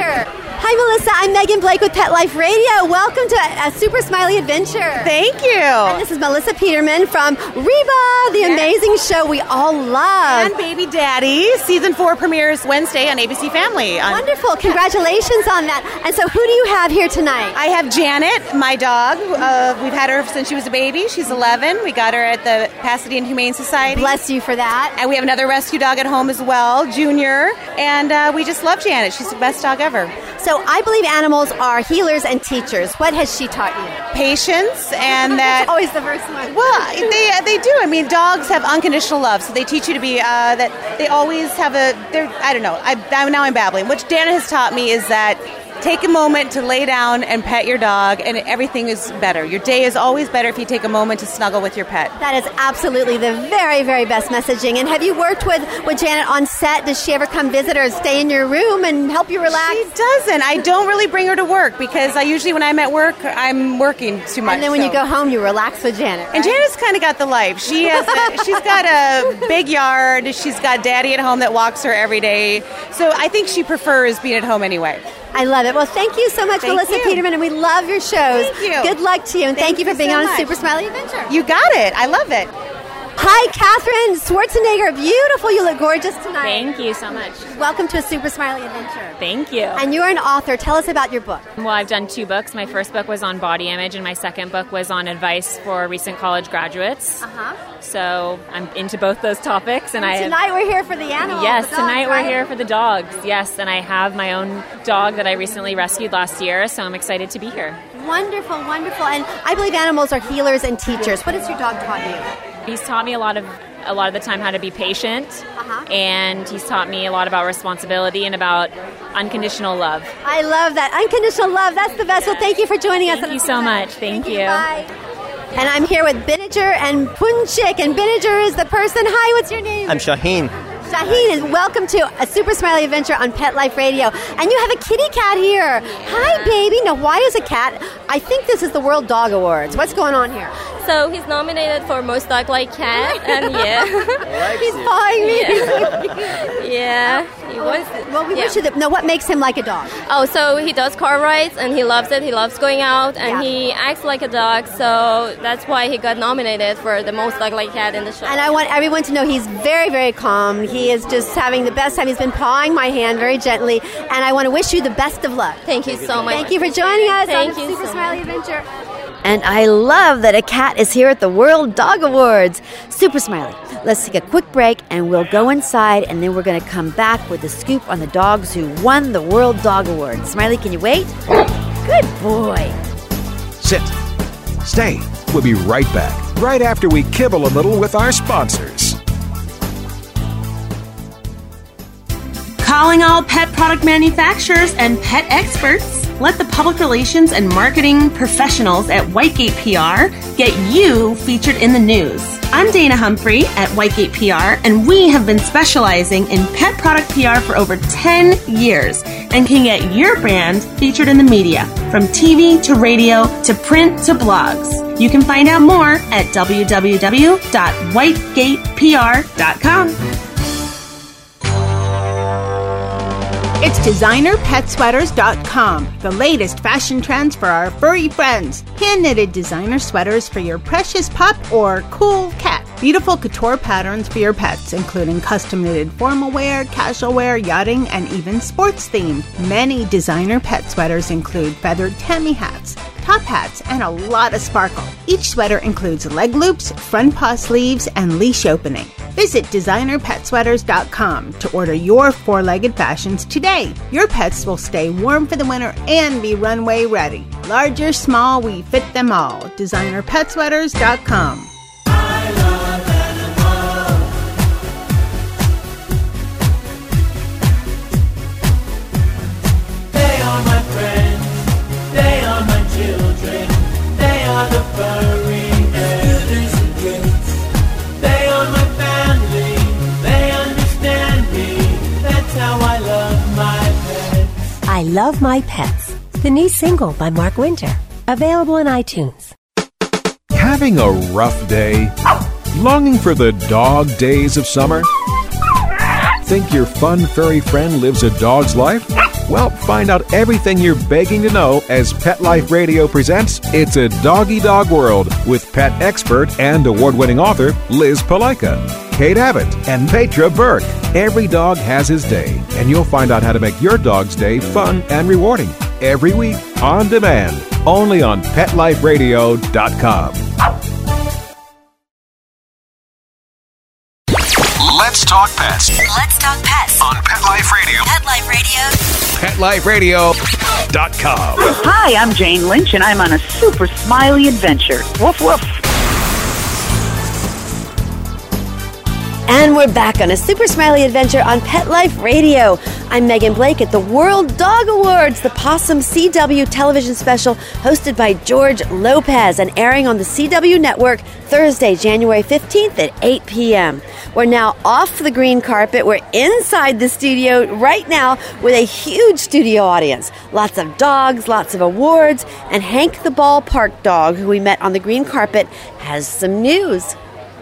Speaker 3: Hi, Melissa. I'm Megan Blake with Pet Life Radio. Welcome to a, a super smiley adventure.
Speaker 32: Thank you.
Speaker 3: And this is Melissa Peterman from Reba, the amazing show we all love.
Speaker 32: And Baby Daddy season four premieres Wednesday on ABC Family. On
Speaker 3: Wonderful. Congratulations on that. And so, who do you have here tonight?
Speaker 32: I have Janet, my dog. Uh, we've had her since she was a baby. She's 11. We got her at the Pasadena Humane Society.
Speaker 3: Bless you for that.
Speaker 32: And we have another rescue dog at home as well, Junior. And uh, we just love Janet. She's the best dog ever.
Speaker 3: So, I believe animals are healers and teachers. What has she taught you?
Speaker 32: Patience and that.
Speaker 3: That's always the first one.
Speaker 32: Well, they, uh, they do. I mean, dogs have unconditional love, so they teach you to be uh, that they always have a. They're, I don't know. I, I, now I'm babbling. What Dana has taught me is that take a moment to lay down and pet your dog, and everything is better. Your day is always better if you take a moment to snuggle with your pet.
Speaker 3: That is absolutely the very, very best messaging. And have you worked with, with Janet on set? Does she ever come visit or stay in your room and help you relax?
Speaker 32: She doesn't. I don't really bring her to work because I usually, when I'm at work, I'm working too much.
Speaker 3: And then when you
Speaker 32: so-
Speaker 3: go home, you relax with Janet.
Speaker 32: And Janet's kind of got the life. She has a, she's got a big yard. She's got daddy at home that walks her every day. So I think she prefers being at home anyway.
Speaker 3: I love it. Well, thank you so much,
Speaker 32: Thank
Speaker 3: Melissa
Speaker 32: you.
Speaker 3: Peterman, and we love your shows.
Speaker 32: Thank you.
Speaker 3: Good luck to you, and thank,
Speaker 32: Thank
Speaker 3: you for
Speaker 32: you
Speaker 3: being
Speaker 32: so
Speaker 3: on
Speaker 32: much.
Speaker 3: a Super Smiley Adventure.
Speaker 32: You got it. I love it.
Speaker 3: Hi, Catherine Schwarzenegger. Beautiful. You look gorgeous tonight.
Speaker 33: Thank you so much.
Speaker 3: Welcome to a Super Smiley Adventure.
Speaker 33: Thank you.
Speaker 3: And you're an author. Tell us about your book.
Speaker 33: Well, I've done two books. My first book was on body image, and my second book was on advice for recent college graduates.
Speaker 3: Uh-huh.
Speaker 33: So I'm into both those topics, and, I have-
Speaker 3: tonight we're here for the animals.
Speaker 33: Yes,
Speaker 3: the dogs,
Speaker 33: tonight
Speaker 3: right?
Speaker 33: we're here for the dogs. Yes, and I have my own dog that I recently rescued last year, so I'm excited to be here.
Speaker 3: Wonderful, wonderful. And I believe animals are healers and teachers. What has your dog taught you?
Speaker 33: He's taught me a lot of a lot of the time how to be patient,
Speaker 3: Uh-huh.
Speaker 33: and he's taught me a lot about responsibility and about unconditional love.
Speaker 3: I love that. Unconditional love. That's the best. Well, thank you for joining us.
Speaker 33: Thank you so much. Thank, you.
Speaker 3: Bye. And I'm here with Bininger and Punchik. And Bininger is the person. Hi, what's your name?
Speaker 9: I'm Shaheen.
Speaker 3: Shaheen, and welcome to a super smiley adventure on Pet Life Radio. And you have a kitty cat here. Hi, baby. Now, why is a cat? I think this is the World Dog Awards. What's going on here?
Speaker 33: So he's nominated for most dog-like cat, and yeah,
Speaker 3: he's following me.
Speaker 33: Yeah, yeah. he was.
Speaker 3: Well, we wish you the, no. What makes him like a dog?
Speaker 33: Oh, so he does car rides and he loves it. He loves going out and he acts like a dog. So that's why he got nominated for the most dog-like cat in the show.
Speaker 3: And I want everyone to know he's very, very calm. He is just having the best time. He's been pawing my hand very gently, and I want to wish you the best of luck.
Speaker 33: Thank you so much.
Speaker 3: Thank you for joining us
Speaker 33: Thank
Speaker 3: on
Speaker 33: you
Speaker 3: Super
Speaker 33: so
Speaker 3: Smiley Adventure.
Speaker 7: And I love that a cat is here at the World Dog Awards. Super smiley. Let's take a quick break and we'll go inside and then we're going to come back with a scoop on the dogs who won the World Dog Awards. Smiley, can you wait? Good boy.
Speaker 1: Sit. Stay. We'll be right back, right after we kibble a little with our sponsors.
Speaker 34: Calling all pet product manufacturers and pet experts. Let the public relations and marketing professionals at Whitegate PR get you featured in the news. I'm Dana Humphrey at Whitegate PR, and we have been specializing in pet product PR for over 10 years and can get your brand featured in the media from TV to radio to print to blogs. You can find out more at www.whitegatepr.com.
Speaker 35: It's designerpetsweaters.com, the latest fashion trends for our furry friends. Hand knitted designer sweaters for your precious pup or cool cat. Beautiful couture patterns for your pets, including custom knitted formal wear, casual wear, yachting, and even sports themed. Many designer pet sweaters include feathered tammy hats, top hats, and a lot of sparkle. Each sweater includes leg loops, front paw sleeves, and leash opening. Visit designerpetsweaters.com to order your four legged fashions today. Your pets will stay warm for the winter and be runway ready. Large or small, we fit them all. Designerpetsweaters.com.
Speaker 2: They are my friends. They are my children. They are the furry brothers and kids. They are my family. They understand me. That's how I love my pets.
Speaker 36: I Love My Pets, the new single by Mark Winter, available on iTunes.
Speaker 1: Having a rough day? Longing for the dog days of summer? Think your fun furry friend lives a dog's life? Well, find out everything you're begging to know as Pet Life Radio presents It's a Doggy Dog World with pet expert and award winning author Liz Palaika, Kate Abbott, and Petra Burke. Every dog has his day, and you'll find out how to make your dog's day fun and rewarding every week on demand, only on PetLifeRadio.com.
Speaker 37: Let's talk pets.
Speaker 38: Let's talk pets
Speaker 37: on Pet Life Radio.
Speaker 38: Pet Life Radio.
Speaker 1: PetLifeRadio.com.
Speaker 31: Hi, I'm Jane Lynch, and I'm on a super smiley adventure. Woof woof.
Speaker 3: And we're back on a super smiley adventure on Pet Life Radio. I'm Megan Blake at the World Dog Awards, the Possum CW television special hosted by George Lopez and airing on the CW network Thursday, January 15th at 8 p.m. We're now off the green carpet. We're inside the studio right now with a huge studio audience. Lots of dogs, lots of awards, and Hank the ballpark dog, who we met on the green carpet, has some news.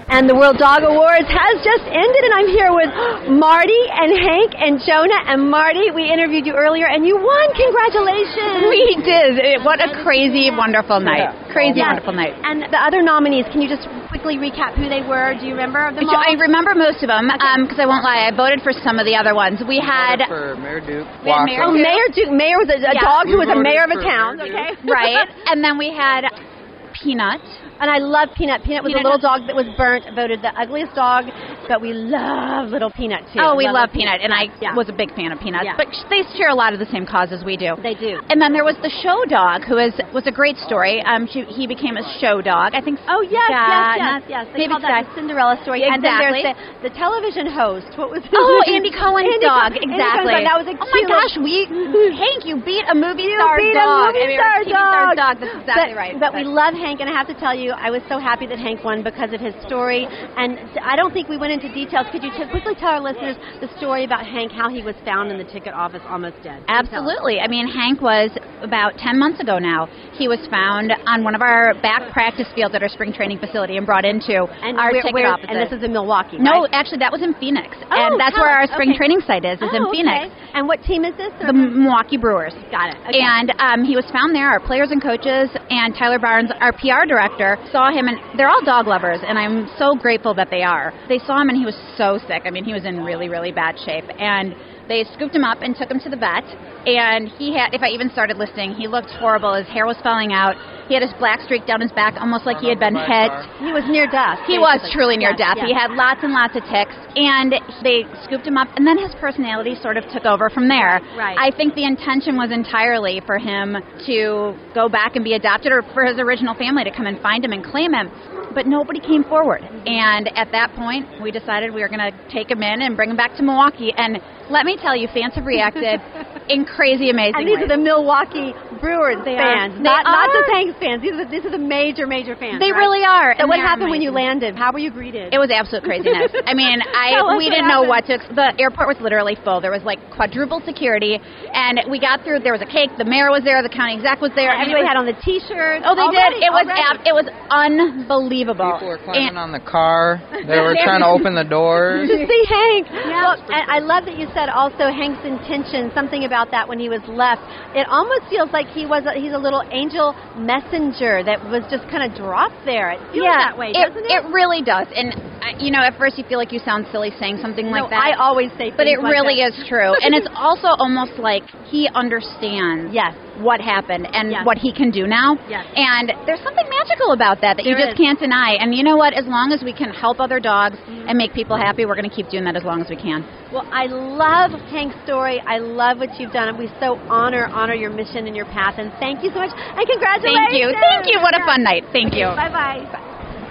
Speaker 7: And the World Dog Awards has just ended, and I'm here with Marty and Hank and Jonah and Marty. We interviewed you earlier, and you won. Congratulations!
Speaker 18: We did. It- what a crazy, wonderful night. Crazy,
Speaker 7: Yes.
Speaker 18: wonderful night.
Speaker 7: And the other nominees, can you just quickly recap who they were? Do you remember them all?
Speaker 18: I remember most of Um,
Speaker 7: Um,
Speaker 18: them because I won't lie. I voted for some of the other ones. We had
Speaker 9: Mayor Duke.
Speaker 18: We had Mayor
Speaker 7: oh,
Speaker 18: Duke.
Speaker 7: Mayor Duke. Mayor was a, a
Speaker 18: Yeah.
Speaker 7: dog
Speaker 18: We
Speaker 7: who was a
Speaker 18: voted
Speaker 7: mayor of
Speaker 18: for
Speaker 7: a town.
Speaker 18: Mayor
Speaker 7: Okay,
Speaker 18: Duke. Right. And then we had Peanut.
Speaker 7: And I love Peanut. Peanut was
Speaker 18: Peanut
Speaker 7: a little
Speaker 18: does-
Speaker 7: dog that was burnt, voted the ugliest dog, but we love little Peanut too.
Speaker 18: Oh, we love Peanut, and I was a big fan of Peanut.
Speaker 7: Yeah.
Speaker 18: But sh- they share a lot of the same causes we do.
Speaker 7: They do.
Speaker 18: And then there was the show dog, who is was a great story. Um, she, he became a show dog. I think.
Speaker 7: Oh yes, yes, yes, yes. They
Speaker 18: maybe
Speaker 7: call that
Speaker 18: Scott-
Speaker 7: the Cinderella story.
Speaker 18: Yeah,
Speaker 7: And then there's
Speaker 18: exactly.
Speaker 7: the, the television host. What was his
Speaker 18: Oh,
Speaker 7: name?
Speaker 18: Andy Cohen's
Speaker 7: Andy
Speaker 18: dog.
Speaker 7: Cohen- Andy Cohen's
Speaker 18: exactly.
Speaker 7: dog. That was a
Speaker 18: oh my
Speaker 7: cute
Speaker 18: gosh, we Hank, you beat a movie
Speaker 7: You
Speaker 18: star
Speaker 7: beat a
Speaker 18: dog.
Speaker 7: movie
Speaker 18: I mean,
Speaker 7: star
Speaker 18: TV star's dog. That's exactly
Speaker 7: but,
Speaker 18: right.
Speaker 7: But we love Hank, and I have to tell you, I was so happy that Hank won because of his story. And I don't think we went into details. Could you t- quickly tell our listeners the story about Hank, how he was found in the ticket office almost dead?
Speaker 18: Absolutely. I mean, Hank was about 10 months ago now. He was found on one of our back practice fields at our spring training facility and brought into
Speaker 7: And
Speaker 18: our
Speaker 7: where-
Speaker 18: ticket
Speaker 7: where-
Speaker 18: offices.
Speaker 7: and this is in Milwaukee.
Speaker 18: No,
Speaker 7: right?
Speaker 18: actually, that was in Phoenix,
Speaker 7: Oh,
Speaker 18: and that's
Speaker 7: tell
Speaker 18: where our
Speaker 7: us.
Speaker 18: spring
Speaker 7: Okay.
Speaker 18: training site is. Is in
Speaker 7: Oh, okay.
Speaker 18: Phoenix.
Speaker 7: And what team is this?
Speaker 18: The Milwaukee Brewers. Got it.
Speaker 7: Okay.
Speaker 18: And um, he was found there. Our players and coaches and Tyler Barnes, our PR director, saw him, and they're all dog lovers, and I'm so grateful that they are. They saw him, and he was so sick. I mean, he was in really, really bad shape, and they scooped him up and took him to the vet. And he had, if I even started listening, he looked horrible. His hair was falling out. He had his black streak down his back, almost like he had been hit.
Speaker 7: He was near death.
Speaker 18: He was
Speaker 7: basically.
Speaker 18: truly near
Speaker 7: Yes,
Speaker 18: death. He
Speaker 7: yes.
Speaker 18: had lots and lots of ticks, and they scooped him up, and then his personality sort of took over from there.
Speaker 7: Right.
Speaker 18: I think the intention was entirely for him to go back and be adopted, or for his original family to come and find him and claim him. But nobody came forward,
Speaker 7: Mm-hmm.
Speaker 18: and at that point, we decided we were going to take him in and bring him back to Milwaukee. And let me tell you, fans have reacted in crazy amazing
Speaker 7: And these are the Milwaukee Brewers
Speaker 18: They are.
Speaker 7: fans,
Speaker 18: They
Speaker 7: not not
Speaker 18: are.
Speaker 7: just Hanks fans. These are these are the major major fans.
Speaker 18: They
Speaker 7: right?
Speaker 18: really are,
Speaker 7: So
Speaker 18: and
Speaker 7: what
Speaker 18: they are
Speaker 7: happened when you
Speaker 18: amazing.
Speaker 7: landed? How were you greeted?
Speaker 18: It was absolute craziness. I mean,
Speaker 7: Tell
Speaker 18: I
Speaker 7: us
Speaker 18: we
Speaker 7: what
Speaker 18: didn't know what to. ex- The airport was literally full. There was like quadruple security, and we got through. There was a cake. The mayor was there. The county exec was there. I mean, it
Speaker 7: Everybody
Speaker 18: was-
Speaker 7: had on the T-shirts.
Speaker 18: Oh, they
Speaker 7: Already,
Speaker 18: did. It was
Speaker 7: already.
Speaker 18: ab- it was unbelievable.
Speaker 25: climbing
Speaker 18: And-
Speaker 25: on the car. They were trying to open the doors.
Speaker 7: to see Hank. Well, and I love that you said also Hank's intention, something about that when he was left. It almost feels like he was a, he's a little angel messenger that was just kind of dropped there. It feels
Speaker 18: yeah,
Speaker 7: that way,
Speaker 18: it,
Speaker 7: doesn't
Speaker 18: it? really does. And uh, you know, at first you feel like you sound silly saying something
Speaker 7: No,
Speaker 18: like that.
Speaker 7: I always say
Speaker 18: but it
Speaker 7: things like
Speaker 18: really
Speaker 7: that.
Speaker 18: is true. and it's also almost like he understands yes what happened and
Speaker 7: Yes.
Speaker 18: what he can do now.
Speaker 7: Yes.
Speaker 18: And there's something magical about that that you
Speaker 7: There
Speaker 18: just
Speaker 7: is.
Speaker 18: can't deny. And you know what? As long as we can help other dogs
Speaker 7: Mm-hmm.
Speaker 18: and make people happy, we're going to keep doing that as long as we can.
Speaker 7: Well, I love Hank's story. I love what you've done, and we so honor honor your mission and your path. And thank you so much, and congratulations.
Speaker 18: Thank you. Thank you. What a fun night. Thank you.
Speaker 7: Bye bye.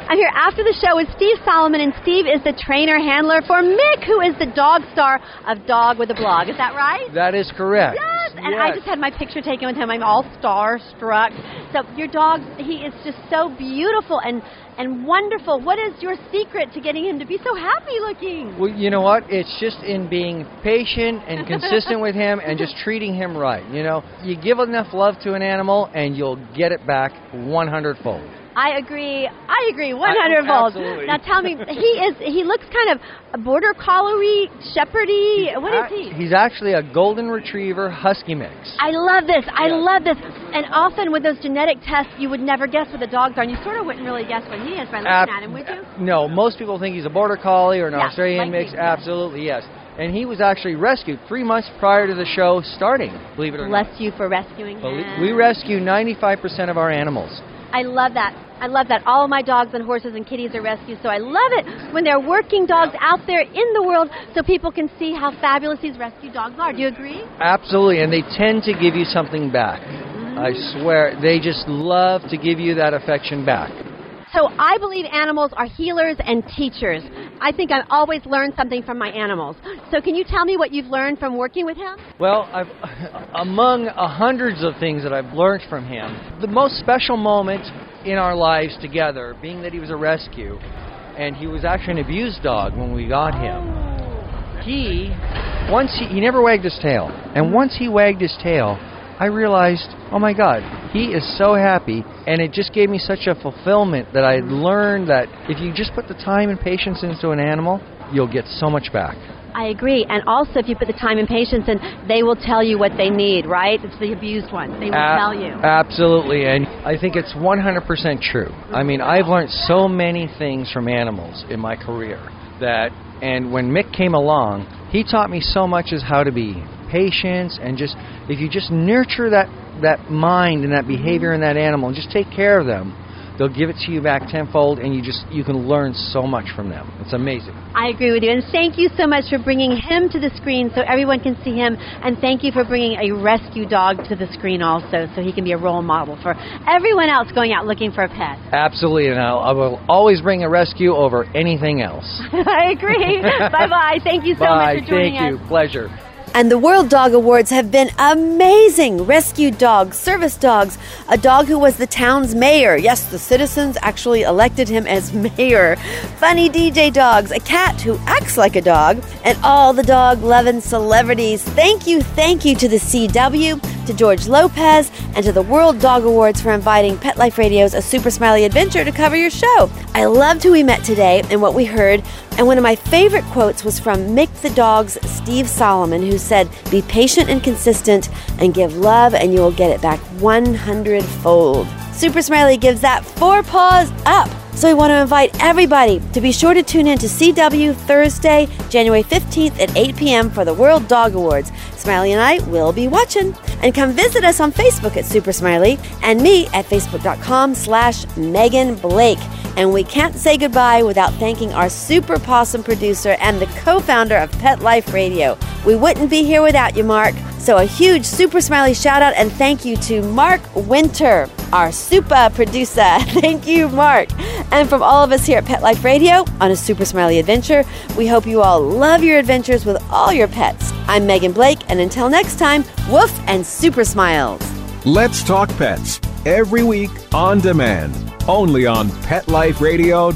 Speaker 7: I'm here after the show with Steve Solomon, and Steve is the trainer handler for Mick, who is the dog star of Dog with a Blog. Is that right?
Speaker 9: That is correct.
Speaker 7: Yes, and I just had my picture taken with him. I'm all starstruck. So your dog, he is just so beautiful and and wonderful. What is your secret to getting him to be so happy looking?
Speaker 9: Well, you know what? It's just in being patient and consistent with him and just treating him right. You know, you give enough love to an animal and you'll get it back 100 fold.
Speaker 7: I agree. I agree. 100 volts.
Speaker 9: absolutely.
Speaker 7: Now tell me, he is he looks kind of border collie, shepherdy. What is he?
Speaker 9: He's actually a golden retriever husky mix.
Speaker 7: I love this. I love this. And often with those genetic tests, you would never guess what the dogs are, and you sort of wouldn't really guess what he is by looking
Speaker 9: Ab-
Speaker 7: at him, would you?
Speaker 9: No, most people think he's a border collie or an
Speaker 7: Yeah,
Speaker 9: Australian
Speaker 7: like
Speaker 9: mix.
Speaker 7: me, yeah.
Speaker 9: Absolutely, yes. And he was actually rescued three months prior to the show starting. Believe it or not.
Speaker 7: Bless you for rescuing
Speaker 9: Belie-
Speaker 7: him.
Speaker 9: We rescue 95% of our animals.
Speaker 7: I love that. I love that. All my dogs and horses and kitties are rescued, so I love it when there are working dogs out there in the world so people can see how fabulous these rescue dogs are. Do you agree?
Speaker 9: Absolutely, and they tend to give you something back. I swear, they just love to give you that affection back.
Speaker 7: So I believe animals are healers and teachers. I think I've always learned something from my animals. So can you tell me what you've learned from working with him?
Speaker 9: Well, I've, among uh, hundreds of things that I've learned from him, the most special moment in our lives together, being that he was a rescue, and he was actually an abused dog when we got him. He, once he, he never wagged his tail, and once he wagged his tail, I realized, oh my God, he is so happy, and it just gave me such a fulfillment that I learned that if you just put the time and patience into an animal, you'll get so much back.
Speaker 7: I agree. And also, if you put the time and patience in, they will tell you what they need, right? It's the abused one. They will
Speaker 9: Ab-
Speaker 7: tell you.
Speaker 9: Absolutely, and I think it's 100% true. I mean, I've learned so many things from animals in my career that, and when Mick came along, he taught me so much as how to be patient and just, if you just nurture that, that mind and that behavior in that animal and just take care of them, they'll give it to you back tenfold and you just, you can learn so much from them. It's amazing.
Speaker 7: I agree with you. And thank you so much for bringing him to the screen so everyone can see him. And thank you for bringing a rescue dog to the screen also so he can be a role model for everyone else going out looking for a pet.
Speaker 9: Absolutely, and I'll, I will always bring a rescue over anything else.
Speaker 7: I agree. bye bye. Thank you so
Speaker 9: Bye,
Speaker 7: much for joining
Speaker 9: thank
Speaker 7: us.
Speaker 9: you. Pleasure.
Speaker 3: And the World Dog Awards have been amazing. Rescue dogs, service dogs, a dog who was the town's mayor. Yes, the citizens actually elected him as mayor. Funny DJ dogs, a cat who acts like a dog, and all the dog loving celebrities. Thank you, thank you to the CW, to George Lopez, and to the World Dog Awards for inviting Pet Life Radio's A Super Smiley Adventure to cover your show. I loved who we met today and what we heard. And one of my favorite quotes was from Mick the Dog's Steve Solomon, who said, Be patient and consistent and give love, and you will get it back 100 fold. Super Smiley gives that four paws up. So we want to invite everybody to be sure to tune in to CW Thursday, January 15th at 8 p.m. for the World Dog Awards. Smiley and I will be watching. And come visit us on Facebook at Super Smiley and me at facebook.com slash Megan Blake. And we can't say goodbye without thanking our super possum producer and the co-founder of Pet Life Radio. We wouldn't be here without you, Mark. So a huge super smiley shout out and thank you to Mark Winter, our super producer. thank you, Mark. And from all of us here at Pet Life Radio on a super smiley adventure, we hope you all love your adventures with all your pets. I'm Megan Blake, and until next time, woof and super smiles.
Speaker 1: Let's Talk Pets, every week on demand, only on PetLifeRadio.com.